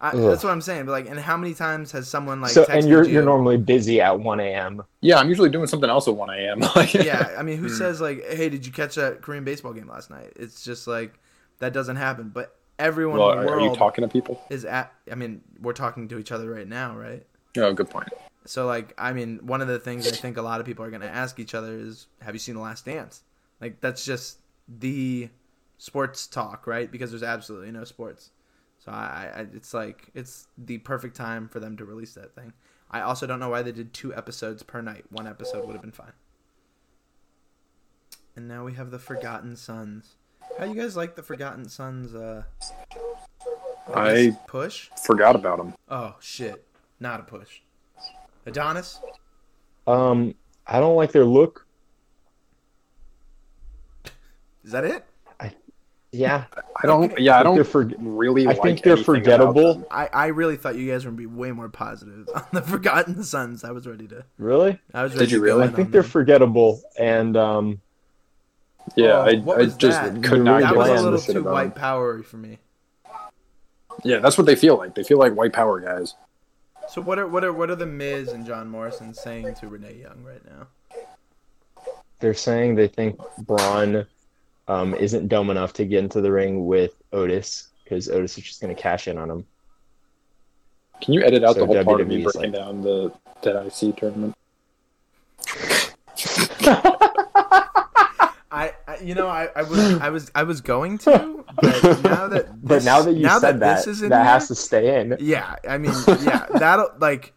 Speaker 4: I- that's what I'm saying, but like and how many times has someone like
Speaker 6: so,
Speaker 4: texted
Speaker 6: and you're
Speaker 4: you?
Speaker 6: you're normally busy at one a.m.
Speaker 5: yeah, I'm usually doing something else at 1 a.m. Like,
Speaker 4: yeah, I mean,
Speaker 5: Hmm.
Speaker 4: who says like, "Hey, did you catch that Korean baseball game last night?" It's just like that doesn't happen. But everyone
Speaker 5: Well,
Speaker 4: in the
Speaker 5: are, are
Speaker 4: world
Speaker 5: you talking to people?
Speaker 4: is at i mean we're talking to each other right now right
Speaker 5: Oh, good point.
Speaker 4: so like i mean one of the things i think a lot of people are going to ask each other is have you seen the last dance like that's just the sports talk right because there's absolutely no sports so i, I it's like it's the perfect time for them to release that thing i also don't know why they did two episodes per night one episode would have been fine and now we have the forgotten sons how you guys like the forgotten sons uh
Speaker 5: I
Speaker 4: guess push
Speaker 5: forgot about them.
Speaker 4: Oh shit! Not a push. Adonis.
Speaker 6: Um, I don't like their look.
Speaker 4: Is that it?
Speaker 6: Yeah,
Speaker 5: I don't. Yeah, I
Speaker 6: they're
Speaker 5: don't
Speaker 6: for-
Speaker 5: really.
Speaker 6: I
Speaker 5: like
Speaker 6: think they're
Speaker 5: anything about
Speaker 6: forgettable.
Speaker 5: them.
Speaker 4: I I really thought you guys were gonna be way more positive on the Forgotten Sons. I was ready to.
Speaker 6: Really?
Speaker 4: I was.
Speaker 5: Did
Speaker 4: Ready
Speaker 5: you
Speaker 4: to go
Speaker 5: really?
Speaker 6: I
Speaker 4: in
Speaker 6: think
Speaker 4: on
Speaker 6: they're
Speaker 4: them.
Speaker 6: forgettable, and um,
Speaker 5: Yeah,
Speaker 4: Oh, what
Speaker 5: I, I
Speaker 4: was
Speaker 5: just
Speaker 4: that?
Speaker 5: could
Speaker 6: They're
Speaker 5: not.
Speaker 4: that
Speaker 6: really
Speaker 5: give
Speaker 4: was
Speaker 5: a
Speaker 4: a
Speaker 6: bland.
Speaker 4: little
Speaker 5: shit
Speaker 4: too
Speaker 5: about
Speaker 4: white
Speaker 5: them.
Speaker 4: powery for me.
Speaker 5: Yeah, that's what they feel like. They feel like white power guys.
Speaker 4: So what are what are what are the Miz and John Morrison saying to Renee Young right now?
Speaker 6: they're saying they think Braun um, isn't dumb enough to get into the ring with Otis because Otis is just going to cash in on him.
Speaker 5: Can you edit out
Speaker 6: So
Speaker 5: the whole part of me
Speaker 6: WWE is
Speaker 5: breaking
Speaker 6: like-
Speaker 5: down the that IC tournament?
Speaker 4: I, I you know I, I was I was I was going to, but now that
Speaker 6: But
Speaker 4: this-
Speaker 6: now that you said that,
Speaker 4: this is in
Speaker 6: that has
Speaker 4: there-
Speaker 6: to stay in.
Speaker 4: Yeah, I mean, yeah, that'll like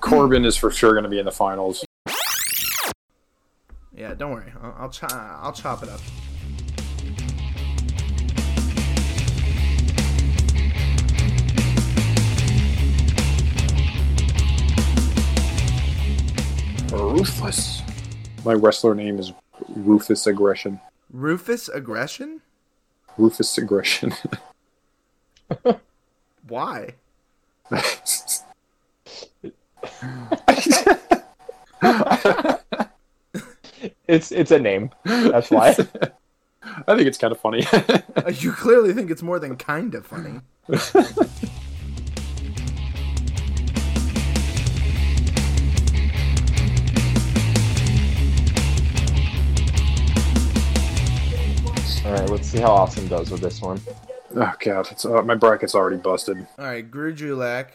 Speaker 5: Corbin is for sure going to be in the finals.
Speaker 4: yeah. Don't worry, I'll I'll, cho- I'll chop it up.
Speaker 8: It's
Speaker 5: Ruthless. My wrestler name is Rufus Aggression.
Speaker 4: Rufus aggression?
Speaker 5: Rufus Aggression.
Speaker 4: Why?
Speaker 6: It's it's a name. That's why.
Speaker 5: I think it's kind of funny.
Speaker 4: Uh, You clearly think it's more than kind of funny.
Speaker 6: All right, let's see how Austin does with this one.
Speaker 5: oh god, it's, uh, my bracket's already busted.
Speaker 4: All right, Gru Julak.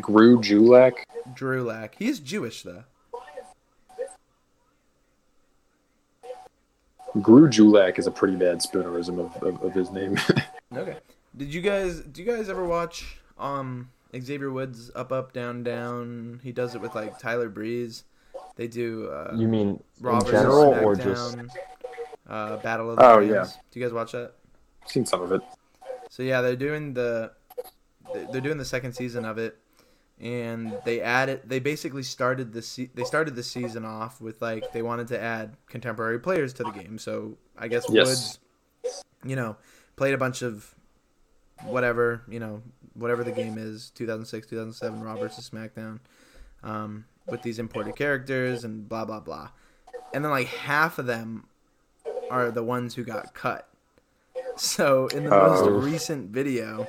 Speaker 5: Gru Julak.
Speaker 4: Drulak. He is Jewish, though.
Speaker 5: Gru Julak is a pretty bad spoonerism of, of, of his name.
Speaker 4: Okay. Did you guys do you guys ever watch um Xavier Woods Up Up Down Down? He does it with like Tyler Breeze. They do uh
Speaker 6: You mean
Speaker 4: Raw
Speaker 6: in
Speaker 4: versus
Speaker 6: general or just?
Speaker 4: SmackDown, uh Battle of the
Speaker 5: Oh,
Speaker 4: Bands.
Speaker 5: yeah.
Speaker 4: Do you guys watch that?
Speaker 5: Seen some of it.
Speaker 4: So yeah, they're doing the they- they're doing the second season of it, and they added they basically started the se- they started the season off with like they wanted to add contemporary players to the game. So I guess
Speaker 5: Yes.
Speaker 4: Woods, you know, played a bunch of whatever you know whatever the game is 2006 2007 Raw versus SmackDown um, with these imported characters and blah blah blah, and then like half of them are the ones who got cut. So in the
Speaker 5: Oh.
Speaker 4: most recent video,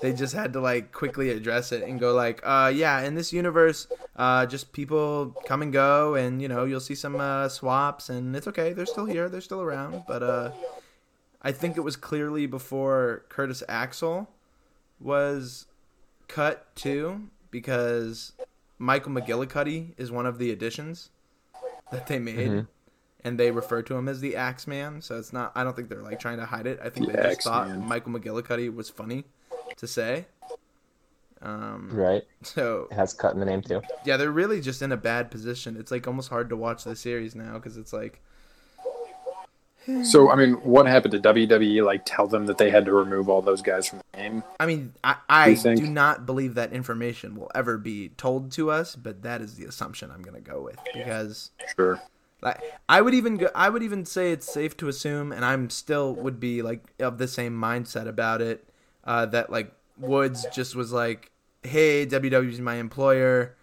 Speaker 4: they just had to like quickly address it and go like, uh, yeah, in this universe, uh, just people come and go, and you know you'll see some uh, swaps, and it's okay. They're still here. They're still around. But uh, I think it was clearly before Curtis Axel was cut too, because Michael McGillicuddy is one of the additions that they made and they refer to him as the Axeman. So it's not. I don't think they're like trying to hide it. I think
Speaker 5: The
Speaker 4: they just thought
Speaker 5: Axeman.
Speaker 4: Michael McGillicuddy was funny to say. Um.
Speaker 6: Right.
Speaker 4: So
Speaker 6: It has cut in the name too.
Speaker 4: yeah, they're really just in a bad position. It's like almost hard to watch the series now because it's like
Speaker 5: So I mean, what happened to WWE? Like, tell them that they had to remove all those guys from the game.
Speaker 4: I mean I I
Speaker 5: You think?
Speaker 4: do not believe that information will ever be told to us, but that is the assumption I'm gonna go with because.
Speaker 5: Sure.
Speaker 4: Like I would even go, I would even say it's safe to assume, and I'm still would be like of the same mindset about it. Uh, that like Woods just was like, "Hey, WWE's my employer.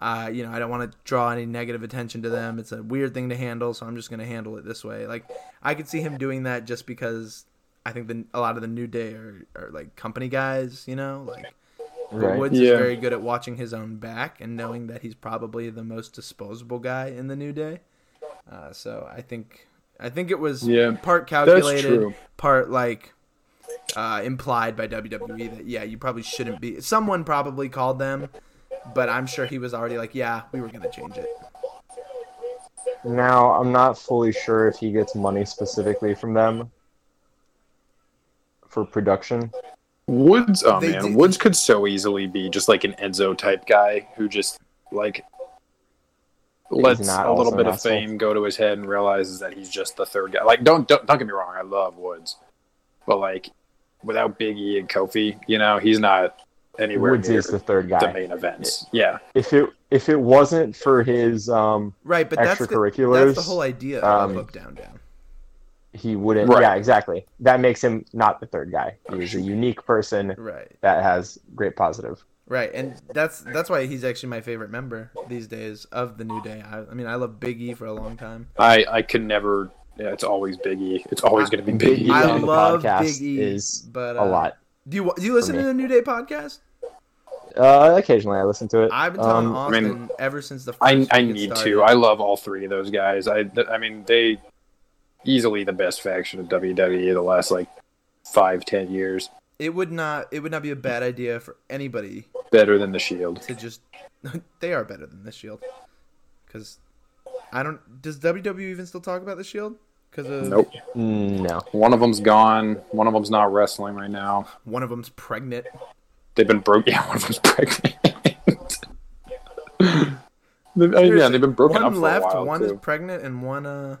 Speaker 4: Uh, you know, I don't want to draw any negative attention to them. It's a weird thing to handle, so I'm just gonna handle it this way." Like I could see him doing that just because I think the, a lot of the New Day are, are like company guys, you know, like but
Speaker 6: Right.
Speaker 4: Woods
Speaker 5: Yeah.
Speaker 4: is very good at watching his own back and knowing that he's probably the most disposable guy in the New Day. Uh, so I think I think it was
Speaker 5: Yeah,
Speaker 4: part
Speaker 5: true.
Speaker 4: calculated, part like uh, implied by WWE that yeah, you probably shouldn't be. Someone probably called them, but I'm sure he was already like, yeah, we were gonna change it.
Speaker 6: Now I'm not fully sure if he gets money specifically from them for production.
Speaker 5: Woods, oh
Speaker 4: They
Speaker 5: man,
Speaker 4: did-
Speaker 5: Woods could so easily be just like an Enzo type guy who just like lets
Speaker 6: not
Speaker 5: a little
Speaker 6: also
Speaker 5: bit
Speaker 6: an
Speaker 5: of
Speaker 6: asshole.
Speaker 5: fame go to his head and realizes that he's just the third guy. Like, don't don't, don't get me wrong, I love Woods, but like without Big E and Kofi, you know, he's not anywhere
Speaker 6: Woods
Speaker 5: near
Speaker 6: is the third guy.
Speaker 5: the main events. Yeah,
Speaker 6: If it if it wasn't for his um
Speaker 4: Right, but that's the, that's
Speaker 6: Extracurriculars,
Speaker 4: the whole idea of
Speaker 6: um,
Speaker 4: the book down down.
Speaker 6: he wouldn't
Speaker 5: Right.
Speaker 6: yeah, exactly. That makes him not the third guy. He's a unique person
Speaker 4: Right.
Speaker 6: that has great positive.
Speaker 4: Right, and that's that's why he's actually my favorite member these days of the New Day. I, I mean, I love Big E for a long time.
Speaker 5: I I could never. Yeah, it's always Big E. It's always going to be Big E.
Speaker 4: I
Speaker 6: on the
Speaker 4: love
Speaker 6: podcast
Speaker 4: Big E,
Speaker 6: is
Speaker 4: but
Speaker 6: a
Speaker 4: uh,
Speaker 6: lot.
Speaker 4: Do you do you listen
Speaker 6: me.
Speaker 4: to the New Day podcast?
Speaker 6: Uh, occasionally I listen to it.
Speaker 4: I've been telling
Speaker 6: Um,
Speaker 4: Austin
Speaker 5: mean,
Speaker 4: ever since the first
Speaker 5: I, I
Speaker 4: week it
Speaker 5: need
Speaker 4: started.
Speaker 5: to. I love all three of those guys. I th- I mean they easily the best faction of WWE the last like five ten years.
Speaker 4: it would not it would not be a bad idea for anybody
Speaker 5: Better than the Shield.
Speaker 4: to just they are better than the Shield because I don't does WWE even still talk about the Shield because of
Speaker 5: Nope.
Speaker 6: mm, no.
Speaker 5: One of them's gone. One of them's not wrestling right now.
Speaker 4: one of them's pregnant.
Speaker 5: Oh, They've been broke. Yeah, one of them's pregnant. They- I mean, yeah, they've been broken
Speaker 4: one
Speaker 5: up for
Speaker 4: left,
Speaker 5: a while
Speaker 4: one
Speaker 5: too.
Speaker 4: is pregnant, and one uh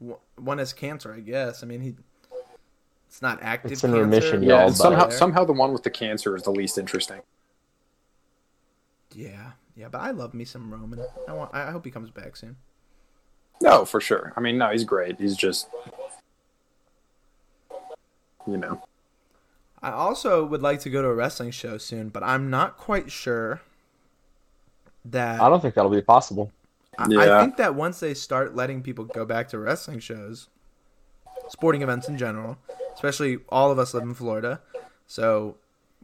Speaker 4: w- one has cancer. I guess. I mean he. It's not active.
Speaker 6: It's in
Speaker 4: cancer,
Speaker 6: remission,
Speaker 4: but
Speaker 5: yeah,
Speaker 6: y'all,
Speaker 5: and
Speaker 6: but-
Speaker 5: somehow
Speaker 4: there.
Speaker 5: somehow the one with the cancer is the least interesting.
Speaker 4: Yeah, yeah, but I love me some Roman. I want. I I hope he comes back soon.
Speaker 5: No, for sure. I mean, no, he's great. He's just, you know,
Speaker 4: I also would like to go to a wrestling show soon, but I'm not quite sure that
Speaker 6: I don't think that'll be possible.
Speaker 4: I, I
Speaker 5: Yeah.
Speaker 4: think that once they start letting people go back to wrestling shows, sporting events in general, especially all of us live in Florida, so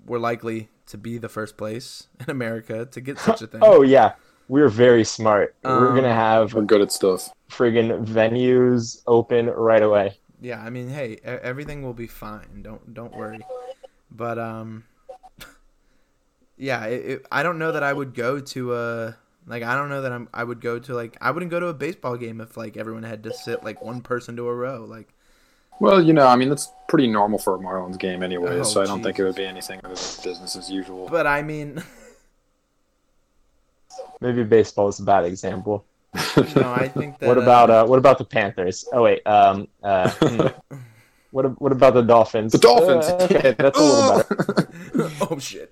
Speaker 4: we're likely to be the first place in America to get such a thing.
Speaker 6: Oh yeah, we're very smart. we're
Speaker 4: Um,
Speaker 6: gonna have
Speaker 5: we're good at stuff.
Speaker 6: friggin' venues open right away.
Speaker 4: Yeah, I mean, hey, e- everything will be fine. Don't don't worry. But um, yeah, it, it, I don't know that I would go to a like I don't know that I'm I would go to like I wouldn't go to a baseball game if like everyone had to sit like one person to a row. Like
Speaker 5: Well, you know, I mean, that's pretty normal for a Marlins game anyway,
Speaker 4: Oh,
Speaker 5: so I don't think it would be anything other than business as usual.
Speaker 4: But I mean,
Speaker 6: Maybe baseball is a bad example.
Speaker 4: no, I think that.
Speaker 6: What about uh, what about the Panthers? Oh wait, um, uh, hmm. what ab- what about the Dolphins?
Speaker 5: The Dolphins,
Speaker 6: Uh, okay, that's a little better.
Speaker 4: uh, oh shit!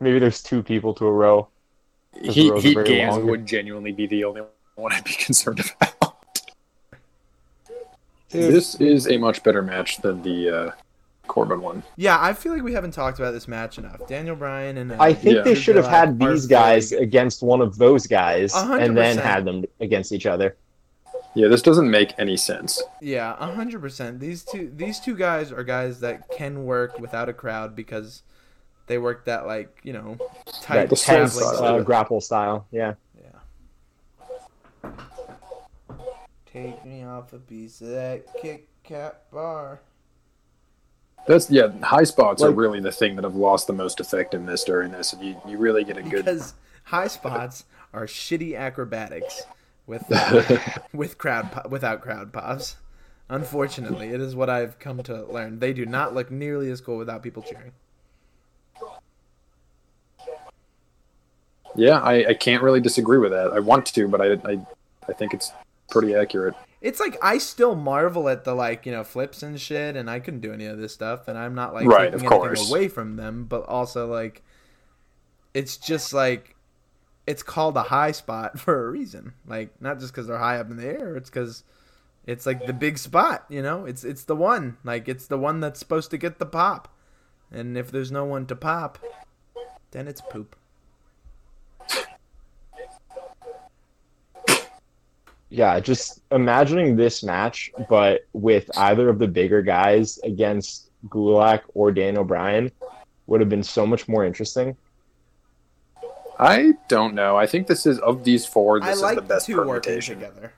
Speaker 6: Maybe there's two people to a row.
Speaker 5: heat
Speaker 6: rows are
Speaker 5: heat
Speaker 6: very
Speaker 5: games
Speaker 6: long.
Speaker 5: would genuinely be the only one I'd be concerned about. This is a much better match than the uh, Corbin one.
Speaker 4: Yeah, I feel like we haven't talked about this match enough. Daniel Bryan and uh,
Speaker 6: I think
Speaker 5: Yeah.
Speaker 6: they should have had
Speaker 4: Are
Speaker 6: these guys
Speaker 4: very-
Speaker 6: against one of those guys,
Speaker 4: uh, A hundred
Speaker 6: and then
Speaker 4: percent.
Speaker 6: had them against each other.
Speaker 5: Yeah, this doesn't make any sense.
Speaker 4: Yeah, a hundred percent. These two these two guys are guys that can work without a crowd because they work that like you know tight
Speaker 6: That
Speaker 5: the
Speaker 4: traveling
Speaker 6: tense
Speaker 5: slams,
Speaker 4: style.
Speaker 6: uh, grapple style. Yeah,
Speaker 4: Take me off a piece of that Kit Kat bar.
Speaker 5: That's yeah. High spots are
Speaker 6: Like-
Speaker 5: really the thing that have lost the most effectiveness during this, and you, you really get a good.
Speaker 4: Because high spots are shitty acrobatics with uh, with crowd po- without crowd pops. Unfortunately, it is what I've come to learn. They do not look nearly as cool without people cheering.
Speaker 5: Yeah, I, I can't really disagree with that. I want to, but I I, I think it's pretty accurate.
Speaker 4: It's like I still marvel at the like you know flips and shit, and I couldn't do any of this stuff, and I'm not like
Speaker 5: Right,
Speaker 4: taking
Speaker 5: of
Speaker 4: anything
Speaker 5: course.
Speaker 4: away from them, but also like it's just like it's called a high spot for a reason. Like not just because they're high up in the air, it's because it's like the big spot, you know. It's it's the one, like it's the one that's supposed to get the pop, and if there's no one to pop, then it's poop.
Speaker 6: yeah. Just imagining this match, but with either of the bigger guys against Gulak or Dan O'Brien, would have been so much more interesting.
Speaker 5: I don't know. I think this is of these four. This
Speaker 4: I like
Speaker 5: is the best
Speaker 4: two working
Speaker 5: permutation.
Speaker 4: together.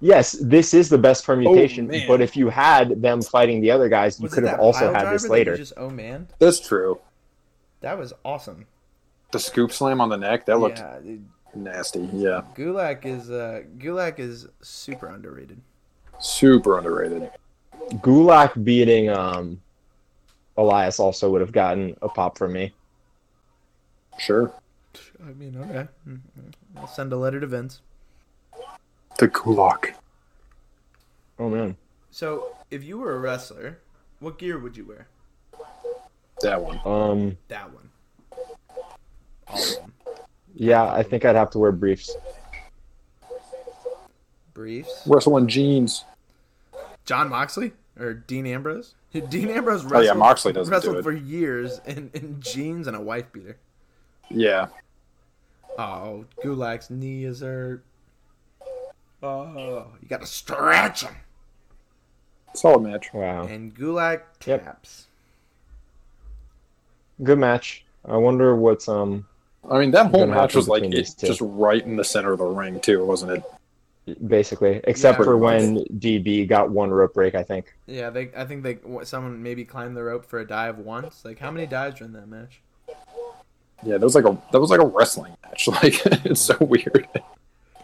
Speaker 6: Yes, this is the best permutation.
Speaker 5: man.
Speaker 6: but if you had them fighting the other guys,
Speaker 4: Oh,
Speaker 6: you
Speaker 4: Was it
Speaker 6: could have
Speaker 4: that
Speaker 6: also
Speaker 4: pile
Speaker 6: had
Speaker 4: driver
Speaker 6: this
Speaker 4: that you
Speaker 6: later.
Speaker 4: Just oh man,
Speaker 5: That's true.
Speaker 4: that was awesome.
Speaker 5: The scoop slam on the neck that looked
Speaker 4: Yeah, dude,
Speaker 5: nasty. Yeah,
Speaker 4: Gulak is uh, Gulak is super underrated.
Speaker 5: super underrated.
Speaker 6: Gulak beating um, Elias also would have gotten a pop from me.
Speaker 5: Sure.
Speaker 4: I mean, okay, Mm-hmm. I'll send a letter to Vince.
Speaker 5: The Kulak.
Speaker 6: Oh man,
Speaker 4: So, if you were a wrestler, what gear would you wear?
Speaker 5: That one.
Speaker 6: um,
Speaker 4: That one. All of them.
Speaker 6: yeah, I think I'd have to wear briefs.
Speaker 4: Briefs.
Speaker 5: Wrestling jeans.
Speaker 4: John Moxley or Dean Ambrose? Dean Ambrose wrestled,
Speaker 5: Oh, yeah, Moxley doesn't do
Speaker 4: wrestled
Speaker 5: it.
Speaker 4: for years in, in jeans and a wife beater.
Speaker 5: Yeah.
Speaker 4: Oh, Gulak's knee is hurt. Oh, you gotta stretch him.
Speaker 5: Solid match.
Speaker 6: Wow,
Speaker 4: And Gulak
Speaker 6: Yep.
Speaker 4: taps.
Speaker 6: good match. I wonder what's um,
Speaker 5: I mean, that whole
Speaker 6: Good
Speaker 5: match
Speaker 6: match
Speaker 5: was like
Speaker 6: between
Speaker 5: it's
Speaker 6: these two.
Speaker 5: just right in the center of the ring too, wasn't it?
Speaker 6: basically, except
Speaker 4: Yeah.
Speaker 6: for when DB got one rope break. I think
Speaker 4: Yeah, they. I think they. wh- Someone maybe climbed the rope for a dive once. Like, how many dives were in that match?
Speaker 5: Yeah, that was like a that was like a wrestling match. Like it's so weird.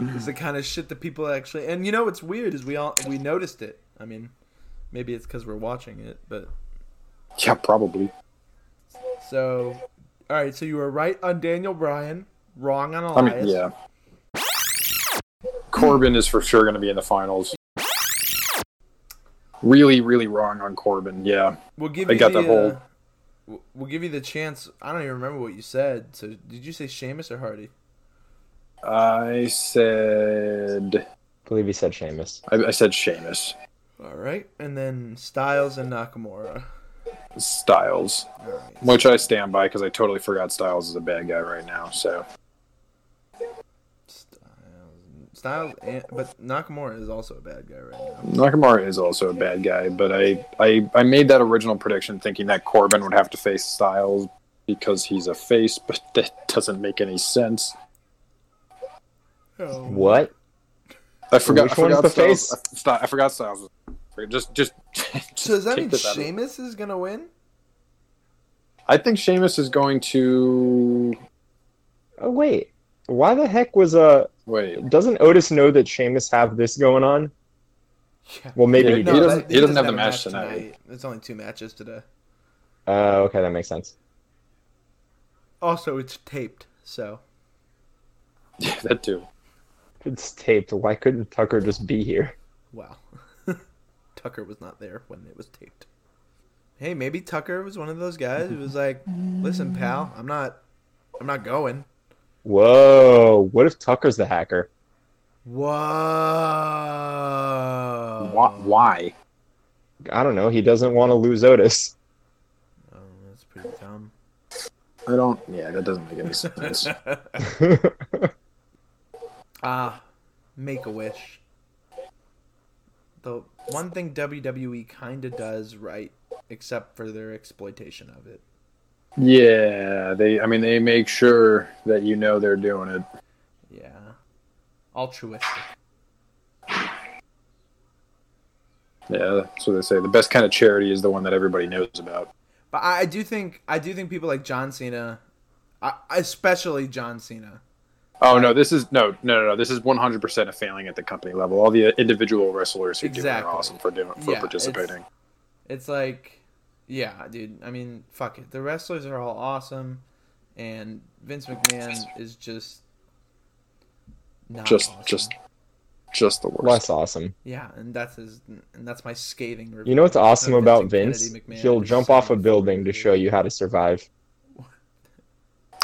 Speaker 4: It's the kind of shit that people actually. And you know what's weird is we all we noticed it. I mean, maybe it's because we're watching it, but
Speaker 5: Yeah, probably.
Speaker 4: so. All right, so you were right on Daniel Bryan, wrong on
Speaker 5: I
Speaker 4: Elias.
Speaker 5: mean, yeah. Corbin is for sure going to be in the finals. Really, really wrong on Corbin. Yeah,
Speaker 4: We'll give
Speaker 5: I
Speaker 4: you
Speaker 5: got
Speaker 4: the,
Speaker 5: the whole-
Speaker 4: uh, w- we'll give you the chance. I don't even remember what you said. So did you say Sheamus or Hardy?
Speaker 5: I said
Speaker 6: I believe he said Sheamus.
Speaker 5: I, I said Sheamus
Speaker 4: All right, and then Styles and Nakamura.
Speaker 5: Styles,
Speaker 4: All right.
Speaker 5: which I stand by because I totally forgot Styles is a bad guy right now. So
Speaker 4: Styles, Styles, and, but Nakamura is also a bad guy right now.
Speaker 5: Nakamura is also a bad guy, but I, I I made that original prediction thinking that Corbin would have to face Styles because he's a face, but that doesn't make any sense.
Speaker 4: Oh.
Speaker 6: What?
Speaker 5: I forgot.
Speaker 6: Which
Speaker 5: I forgot
Speaker 6: one's the
Speaker 5: Styles,
Speaker 6: face?
Speaker 5: I- Sty- I forgot Styles. Just, just. just
Speaker 4: So does that
Speaker 5: take
Speaker 4: mean
Speaker 5: this out of it.
Speaker 4: Sheamus is gonna win?
Speaker 5: I think Sheamus is going to
Speaker 6: Oh wait, why the heck was uh?
Speaker 5: wait.
Speaker 6: Doesn't Otis know that Sheamus have this going on?
Speaker 4: Yeah.
Speaker 6: Well, maybe
Speaker 5: Yeah,
Speaker 6: he
Speaker 5: no,
Speaker 6: did.
Speaker 5: doesn't- he doesn't have the
Speaker 4: a
Speaker 5: match tonight.
Speaker 4: It's only two matches today.
Speaker 6: Uh, okay, that makes sense.
Speaker 4: Also, it's taped, so
Speaker 5: Yeah, that too.
Speaker 6: If It's taped. Why couldn't Tucker just be here?
Speaker 4: wow. Tucker was not there when it was taped. Hey, maybe Tucker was one of those guys who was like, "Listen, pal, I'm not, I'm not going."
Speaker 6: Whoa! What if Tucker's the hacker?
Speaker 4: Whoa.
Speaker 5: Why? why?
Speaker 6: I don't know. He doesn't want to lose Otis.
Speaker 4: Oh, that's pretty dumb.
Speaker 5: I don't. Yeah, that doesn't make any sense.
Speaker 4: Ah, make a wish. The one thing WWE kind of does right, except for their exploitation of it.
Speaker 5: yeah, they. I mean, they make sure that you know they're doing it.
Speaker 4: Yeah. Altruistic.
Speaker 5: Yeah, that's what they say. The best kind of charity is the one that everybody knows about.
Speaker 4: But I, I do think I do think people like John Cena, I, especially John Cena.
Speaker 5: Oh no, this is no, no, no, no. This is one hundred percent a failing at the company level. All the uh, individual wrestlers who do it
Speaker 4: Exactly.
Speaker 5: are awesome for doing for
Speaker 4: Yeah,
Speaker 5: participating.
Speaker 4: It's like, yeah, dude. I mean, fuck it. The wrestlers are all awesome, and Vince McMahon is just not
Speaker 5: Just,
Speaker 4: awesome.
Speaker 5: just, just the worst.
Speaker 6: Less awesome.
Speaker 4: Yeah, and that's his, and that's my scathing review.
Speaker 6: You know what's awesome
Speaker 4: Of
Speaker 6: about
Speaker 4: Kennedy
Speaker 6: Vince?
Speaker 4: McMahon
Speaker 6: He'll
Speaker 4: is
Speaker 6: jump
Speaker 4: so
Speaker 6: off a
Speaker 4: much
Speaker 6: building
Speaker 4: fun.
Speaker 6: to show you how to survive.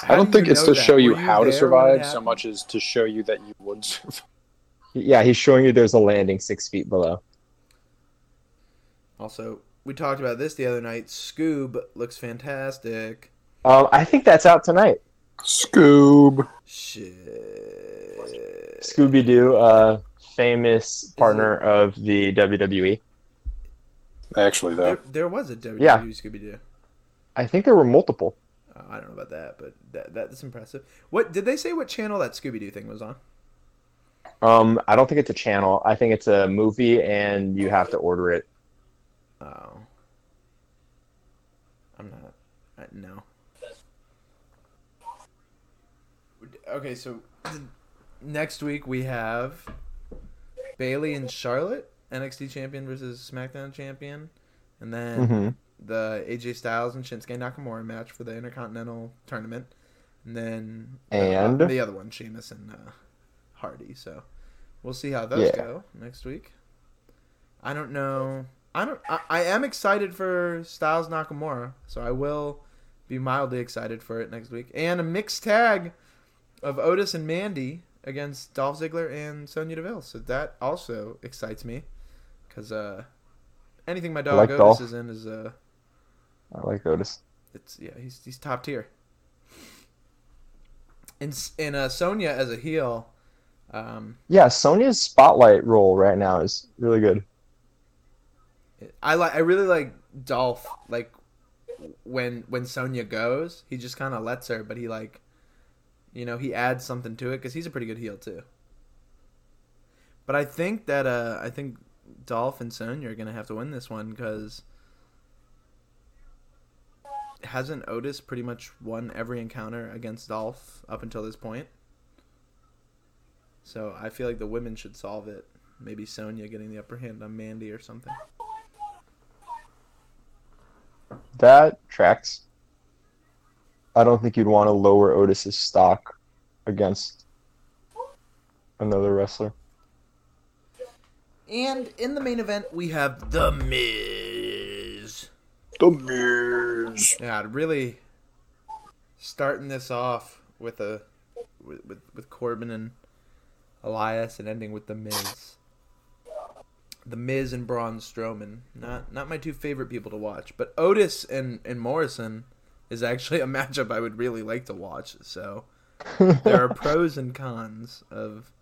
Speaker 5: I don't
Speaker 4: do
Speaker 5: think
Speaker 4: you
Speaker 5: it's
Speaker 4: know
Speaker 5: to
Speaker 4: that?
Speaker 5: show you
Speaker 4: Were you
Speaker 5: how to
Speaker 4: there when
Speaker 5: survive
Speaker 4: it
Speaker 5: so
Speaker 4: happened?
Speaker 5: much as to show you that you would survive.
Speaker 6: Yeah, he's showing you there's a landing six feet below.
Speaker 4: Also, we talked about this the other night. Scoob looks fantastic.
Speaker 6: Um, I think that's out tonight.
Speaker 5: Scoob.
Speaker 4: Shit.
Speaker 6: Scooby Doo, uh, famous partner of the E. WWE.
Speaker 5: Actually, though,
Speaker 4: There, there was a WWE
Speaker 6: Yeah.
Speaker 4: Scooby Doo.
Speaker 6: I think there were multiple.
Speaker 4: Uh, I don't know about that, but that that's impressive. What did they say? What channel that Scooby Doo thing was on?
Speaker 6: Um, I don't think it's a channel. I think it's a movie, and you have to order it.
Speaker 4: Oh, I'm not. I, no. Okay, so th- next week we have Bailey and Charlotte, NXT champion versus SmackDown champion, and then
Speaker 6: Mhm.
Speaker 4: the AJ Styles and Shinsuke Nakamura match for the Intercontinental tournament, and then uh,
Speaker 6: And?
Speaker 4: the other one, Sheamus and uh, Hardy. So we'll see how those
Speaker 6: Yeah.
Speaker 4: go next week. I don't know. I don't. I, I am excited for Styles Nakamura, so I will be mildly excited for it next week. And a mixed tag of Otis and Mandy against Dolph Ziggler and Sonya Deville. So that also excites me because uh, anything my dog
Speaker 6: like
Speaker 4: Otis
Speaker 6: Dolph.
Speaker 4: is in is uh,
Speaker 6: I like Otis.
Speaker 4: it's yeah, he's he's top tier. And S- and uh, Sonya as a heel, um,
Speaker 6: Yeah, Sonya's spotlight role right now is really good.
Speaker 4: I like I really like Dolph like when when Sonya goes, he just kind of lets her, but he like you know, he adds something to it cuz he's a pretty good heel too. But I think that uh I think Dolph and Sonya are going to have to win this one cuz hasn't Otis pretty much won every encounter against Dolph up until this point? So I feel like the women should solve it. Maybe Sonya getting the upper hand on Mandy or something.
Speaker 6: That tracks. I don't think you'd want to lower Otis's stock against another wrestler.
Speaker 4: And in the main event, we have The Miz
Speaker 5: The Miz.
Speaker 4: Yeah, really starting this off with a with, with with Corbin and Elias, and ending with the Miz. The Miz and Braun Strowman, not not my two favorite people to watch, but Otis and and Morrison is actually a matchup I would really like to watch. So there are pros and cons of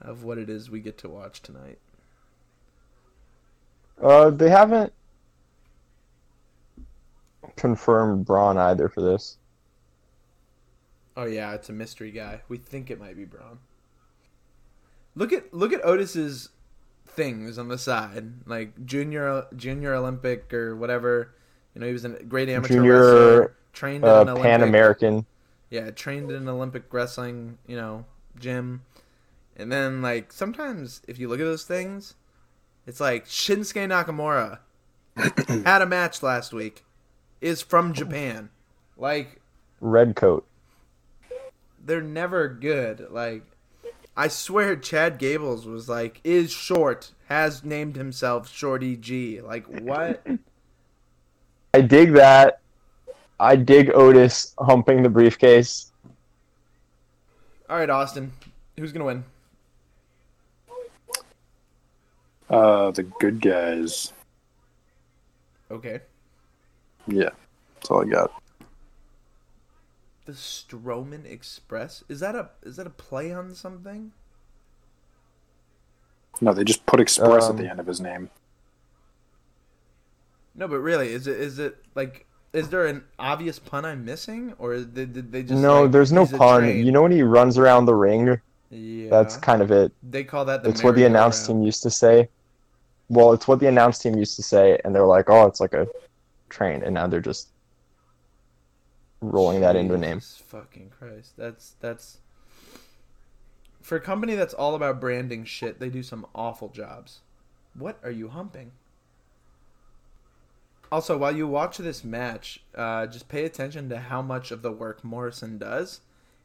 Speaker 4: of what it is we get to watch tonight.
Speaker 6: Uh, they haven't confirmed Braun either for this.
Speaker 4: Oh yeah, it's a mystery guy. We think it might be Braun. Look at look at Otis's things on the side, like junior junior Olympic or whatever. You know, he was a great amateur
Speaker 6: Junior,
Speaker 4: wrestler, trained
Speaker 6: Uh,
Speaker 4: in an
Speaker 6: Pan
Speaker 4: Olympic
Speaker 6: American.
Speaker 4: yeah, trained in an Olympic wrestling, you know, gym. And then like sometimes if you look at those things, it's like Shinsuke Nakamura had a match last week, is from Japan. Like
Speaker 6: Red coat.
Speaker 4: they're never good. Like I swear Chad Gables was like is short, has named himself Shorty G. Like what?
Speaker 6: I dig that. I dig Otis humping the briefcase.
Speaker 4: All right, Austin, who's going to win?
Speaker 5: Uh, the good guys.
Speaker 4: Okay.
Speaker 5: Yeah, that's all I got.
Speaker 4: The Strowman Express? Is that a is that a play on something?
Speaker 5: No, they just put Express
Speaker 6: Um,
Speaker 5: at the end of his name.
Speaker 4: No, but really, is it is it like is there an obvious pun I'm missing, or did, did they just
Speaker 6: no,
Speaker 4: like,
Speaker 6: there's no
Speaker 4: he's a
Speaker 6: pun.
Speaker 4: train?
Speaker 6: You know when he runs around the ring?
Speaker 4: yeah.
Speaker 6: That's kind of it.
Speaker 4: they call that the
Speaker 6: It's what the announce
Speaker 4: merry-go-round.
Speaker 6: team used to say. Well, it's what the announce team used to say, and they're like, "Oh, it's like a train," and now they're just rolling that into a name.
Speaker 4: Jesus Fucking Christ, that's that's for a company that's all about branding shit. They do some awful jobs. What are you humping? Also, while you watch this match, uh, just pay attention to how much of the work Morrison does,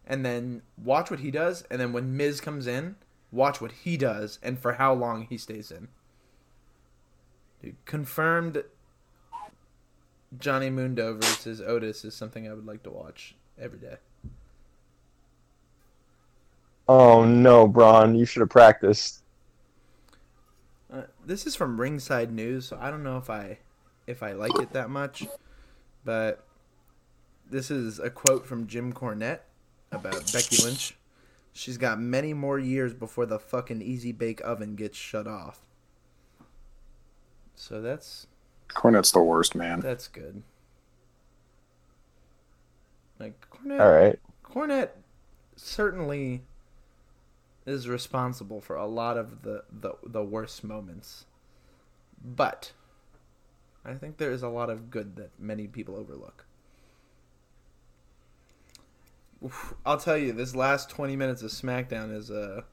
Speaker 4: and then watch what he does, and then when Miz comes in, watch what he does, and for how long he stays in. Dude, confirmed Johnny Mundo versus Otis is something I would like to watch every day.
Speaker 6: Oh no, Braun, you should have practiced.
Speaker 4: Uh, this is from Ringside News, so I don't know if I if I like it that much, but this is a quote from Jim Cornette about Becky Lynch. She's got many more years before the fucking easy bake oven gets shut off. So that's
Speaker 5: Cornette's the worst, man.
Speaker 4: that's good. Like Cornette,
Speaker 6: All right.
Speaker 4: Cornette certainly is responsible for a lot of the, the, the worst moments. But I think there is a lot of good that many people overlook. Oof, I'll tell you, this last 20 minutes of SmackDown is a,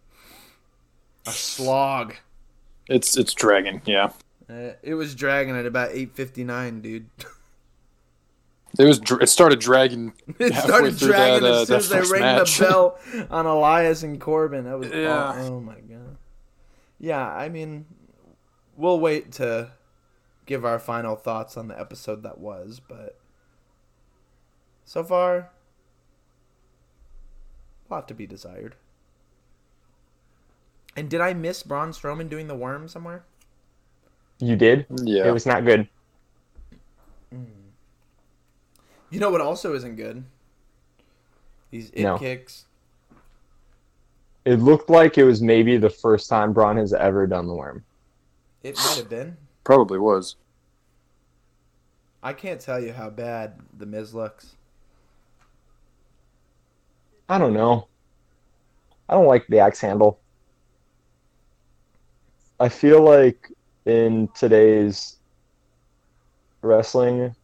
Speaker 4: a slog.
Speaker 5: It's it's Dragon. Yeah,
Speaker 4: Uh, it was dragging at about 8.59, dude.
Speaker 5: it was. dr- It started dragging.
Speaker 4: It
Speaker 5: halfway
Speaker 4: started
Speaker 5: through
Speaker 4: dragging
Speaker 5: that, uh,
Speaker 4: as soon
Speaker 5: that
Speaker 4: as they
Speaker 5: first
Speaker 4: rang
Speaker 5: match.
Speaker 4: the bell on Elias and Corbin. That was
Speaker 5: Yeah.
Speaker 4: aw- oh my god. Yeah, I mean, we'll wait to give our final thoughts on the episode that was, but so far, a lot to be desired. And did I miss Braun Strowman doing the worm somewhere?
Speaker 6: You did?
Speaker 5: Yeah.
Speaker 6: It was not good.
Speaker 4: You know what also isn't good? These it
Speaker 6: No.
Speaker 4: kicks.
Speaker 6: It looked like it was maybe the first time Braun has ever done the worm.
Speaker 4: It might have been.
Speaker 5: Probably was.
Speaker 4: I can't tell you how bad the Miz looks.
Speaker 6: I don't know. I don't like the axe handle. I feel like in today's wrestling,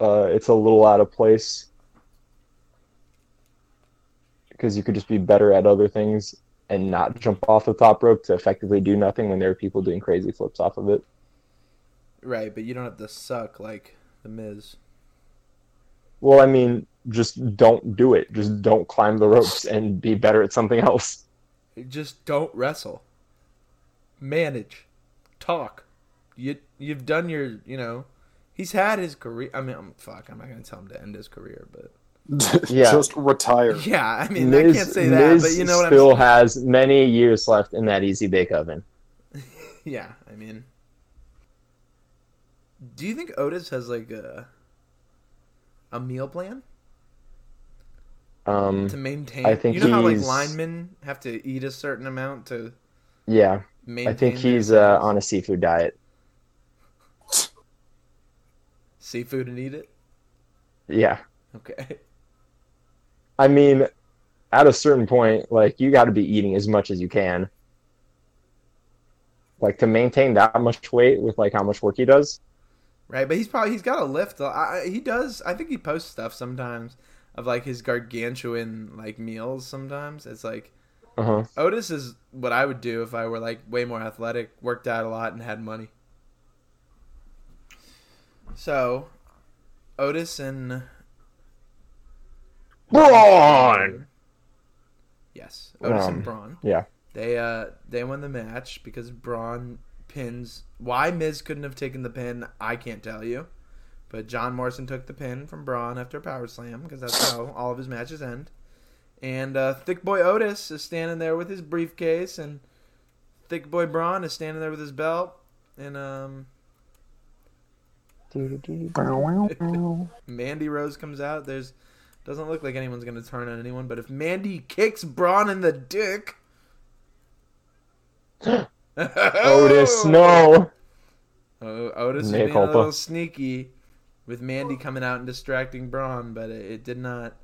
Speaker 6: uh, it's a little out of place because you could just be better at other things and not jump off the top rope to effectively do nothing when there are people doing crazy flips off of it.
Speaker 4: Right, but you don't have to suck like the Miz.
Speaker 6: Well, I mean, just don't do it. Just don't climb the ropes and be better at something else.
Speaker 4: Just don't wrestle. Manage. Talk. You you've done your you know He's had his career. I mean, I'm, fuck, I'm not gonna tell him to end his career, but
Speaker 6: Yeah.
Speaker 5: Just retire.
Speaker 4: yeah, I mean,
Speaker 6: Miz,
Speaker 4: I can't say that,
Speaker 6: Miz
Speaker 4: but you know what
Speaker 6: still has many years left in that easy bake oven.
Speaker 4: I'm saying. Yeah, I mean, do you think Otis has like a a meal plan to
Speaker 6: Um,
Speaker 4: maintain?
Speaker 6: I think
Speaker 4: you know how like
Speaker 6: he's-
Speaker 4: linemen have to eat a certain amount to
Speaker 6: yeah,
Speaker 4: maintain.
Speaker 6: I think
Speaker 4: their
Speaker 6: he's uh, on a seafood diet.
Speaker 4: seafood and eat it.
Speaker 6: Yeah,
Speaker 4: Okay,
Speaker 6: I mean, at a certain point, like you got to be eating as much as you can. Like to maintain that much weight with like how much work he does.
Speaker 4: right? But he's probably he's got a lift. I, I- he does. I think he posts stuff sometimes of like his gargantuan like meals. Sometimes it's like.
Speaker 6: Uh huh.
Speaker 4: Otis is what I would do if I were like way more athletic, worked out a lot, and had money. So, Otis and
Speaker 6: Braun.
Speaker 4: yes, Otis
Speaker 6: Um,
Speaker 4: and Braun.
Speaker 6: Yeah.
Speaker 4: They uh they won the match because Braun pins. Why Miz couldn't have taken the pin, I can't tell you. But John Morrison took the pin from Braun after a power slam because that's how all of his matches end. And uh, Thick Boy Otis is standing there with his briefcase, and Thick Boy Braun is standing there with his belt, and um, Mandy Rose comes out. There's doesn't look like anyone's gonna turn on anyone, but if Mandy kicks Braun in the dick,
Speaker 6: Otis, no.
Speaker 4: Oh, Otis was
Speaker 6: Mea
Speaker 4: being a
Speaker 6: culpa.
Speaker 4: little sneaky with Mandy coming out and distracting Braun, but it, it did not.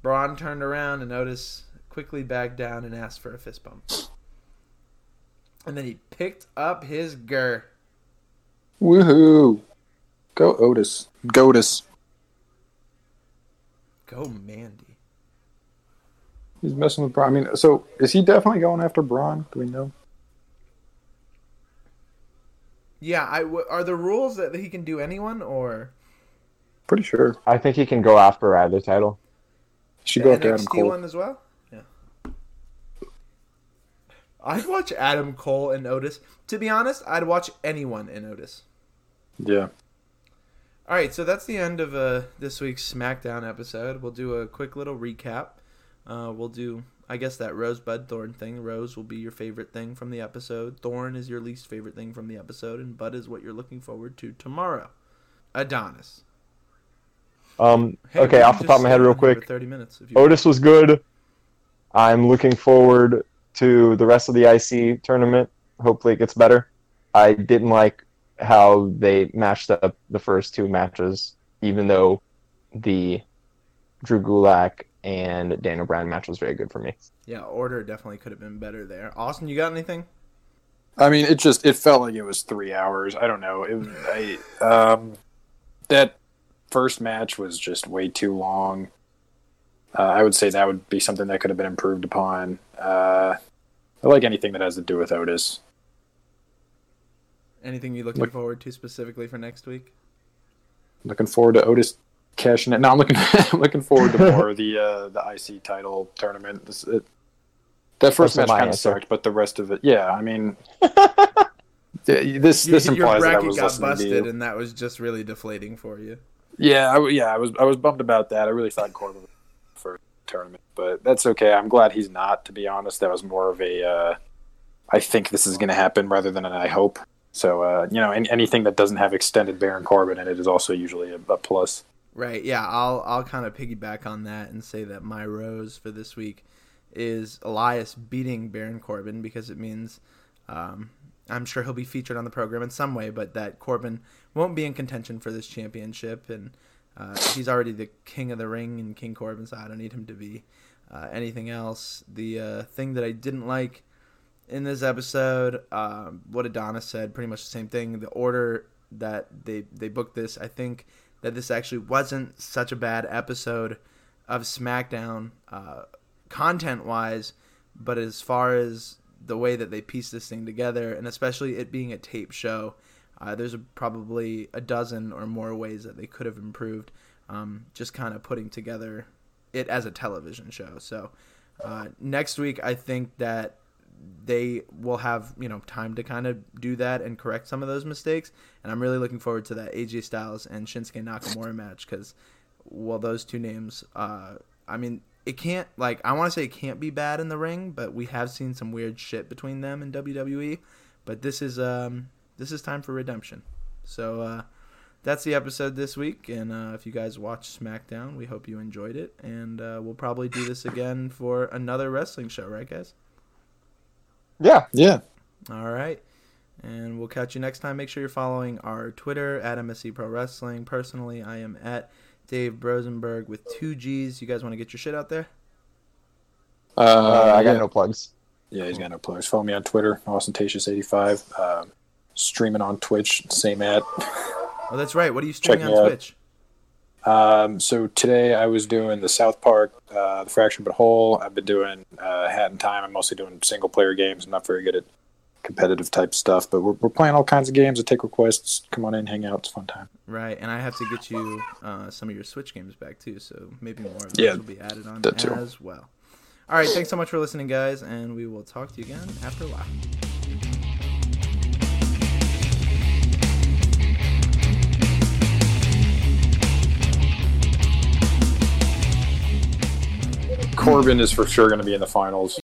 Speaker 4: Braun turned around and Otis quickly backed down and asked for a fist bump. And then he picked up his gur.
Speaker 5: Woohoo! Go Otis. Gotis.
Speaker 4: Go Mandy.
Speaker 5: He's messing with Braun. I mean, so is he definitely going after Braun? Do we know?
Speaker 4: Yeah, I w- are the rules that he can do anyone or
Speaker 5: Pretty sure.
Speaker 6: I think he can go after either title.
Speaker 5: She
Speaker 4: the
Speaker 5: go after Adam
Speaker 4: NXT
Speaker 5: Cole.
Speaker 4: one as well? Yeah. I'd watch Adam Cole and Otis. To be honest, I'd watch anyone in Otis.
Speaker 5: Yeah.
Speaker 4: All right, so that's the end of uh, this week's SmackDown episode. We'll do a quick little recap. Uh, we'll do, I guess, that Rosebud Thorn thing. Rose will be your favorite thing from the episode. Thorn is your least favorite thing from the episode, and Bud is what you're looking forward to tomorrow. Adonis.
Speaker 6: Um,
Speaker 4: Hey, we
Speaker 6: okay,
Speaker 4: can
Speaker 6: off the top
Speaker 4: just
Speaker 6: of my head,
Speaker 4: stay
Speaker 6: real
Speaker 4: on here for
Speaker 6: quick.
Speaker 4: Thirty minutes. If you
Speaker 6: Otis was good. I'm looking forward to the rest of the IC tournament. Hopefully, it gets better. I didn't like how they matched up the first two matches, even though the Drew Gulak and Daniel Bryan match was very good for me.
Speaker 4: yeah, order definitely could have been better there. Austin, you got anything?
Speaker 5: I mean, it just it felt like it was three hours. I don't know. It, was- I, um, that first match was just way too long. Uh, I would say that would be something that could have been improved upon. Uh, I like anything that has to do with Otis.
Speaker 4: Anything you looking
Speaker 5: Look-
Speaker 4: forward to specifically for next week?
Speaker 5: Looking forward to Otis cashing it. No, I'm looking I'm looking forward to more of the uh, the IC title tournament. This, it, that first
Speaker 6: That's
Speaker 5: match
Speaker 6: my
Speaker 5: kind of
Speaker 6: answer.
Speaker 5: sucked, but the rest of it, yeah. I mean, th- this this
Speaker 4: Your- your
Speaker 5: implies that I
Speaker 4: bracket
Speaker 5: was
Speaker 4: got
Speaker 5: listening to you.
Speaker 4: busted, and that was just really deflating for you.
Speaker 5: Yeah, I, w- yeah, I was I was bummed about that. I really thought Corbin was for tournament, but that's okay. I'm glad he's not. To be honest, that was more of a uh, I think this is going to happen rather than an I hope. So uh, you know, an anything that doesn't have extended Baron Corbin in it is also usually a, a plus.
Speaker 4: Right. Yeah. I'll I'll kind of piggyback on that and say that my rose for this week is Elias beating Baron Corbin because it means um, I'm sure he'll be featured on the program in some way, but that Corbin won't be in contention for this championship and uh, he's already the king of the ring and King Corbin, so I don't need him to be uh, anything else. The uh, thing that I didn't like in this episode. Um, what Adonis said, pretty much the same thing. The order that they they booked this, I think that this actually wasn't such a bad episode of SmackDown uh, content wise, but as far as the way that they pieced this thing together, and especially it being a tape show, uh, there's probably a dozen or more ways that they could have improved. Um, just kind of putting together it as a television show. So uh, next week, I think that they will have you know time to kind of do that and correct some of those mistakes. And I'm really looking forward to that AJ Styles and Shinsuke Nakamura match because, well, those two names. Uh, I mean, it can't like I want to say it can't be bad in the ring, but we have seen some weird shit between them and WWE. But this is um this is time for redemption. So uh, that's the episode this week. And uh, if you guys watched SmackDown, we hope you enjoyed it. And uh, we'll probably do this again for another wrestling show, right, guys?
Speaker 6: Yeah.
Speaker 5: Yeah.
Speaker 4: All right. And we'll catch you next time. Make sure you're following our Twitter at MSC Pro Wrestling. Personally, I am at Dave Brosenberg with two G's. You guys want to get your shit out there?
Speaker 5: Uh,
Speaker 6: Uh, I got
Speaker 5: yeah.
Speaker 6: no plugs.
Speaker 5: Yeah, he's got no plugs. Follow me on Twitter, ostentatious85. Um, streaming on Twitch, same at.
Speaker 4: Oh, that's right. What are you streaming
Speaker 5: me
Speaker 4: on
Speaker 5: out.
Speaker 4: Twitch?
Speaker 5: Um, so today I was doing the South Park, uh, the Fraction But Whole. I've been doing uh, Hat and Time. I'm mostly doing single player games. I'm not very good at competitive type stuff, but we're, we're playing all kinds of games. I take requests. Come on in, hang out. It's a fun time.
Speaker 4: Right, and I have to get you uh, some of your Switch games back too, so maybe more of those
Speaker 5: Yeah,
Speaker 4: will be added on
Speaker 5: that too.
Speaker 4: as well. All right, thanks so much for listening, guys, and we will talk to you again after live.
Speaker 5: Corbin is for sure going to be in the finals.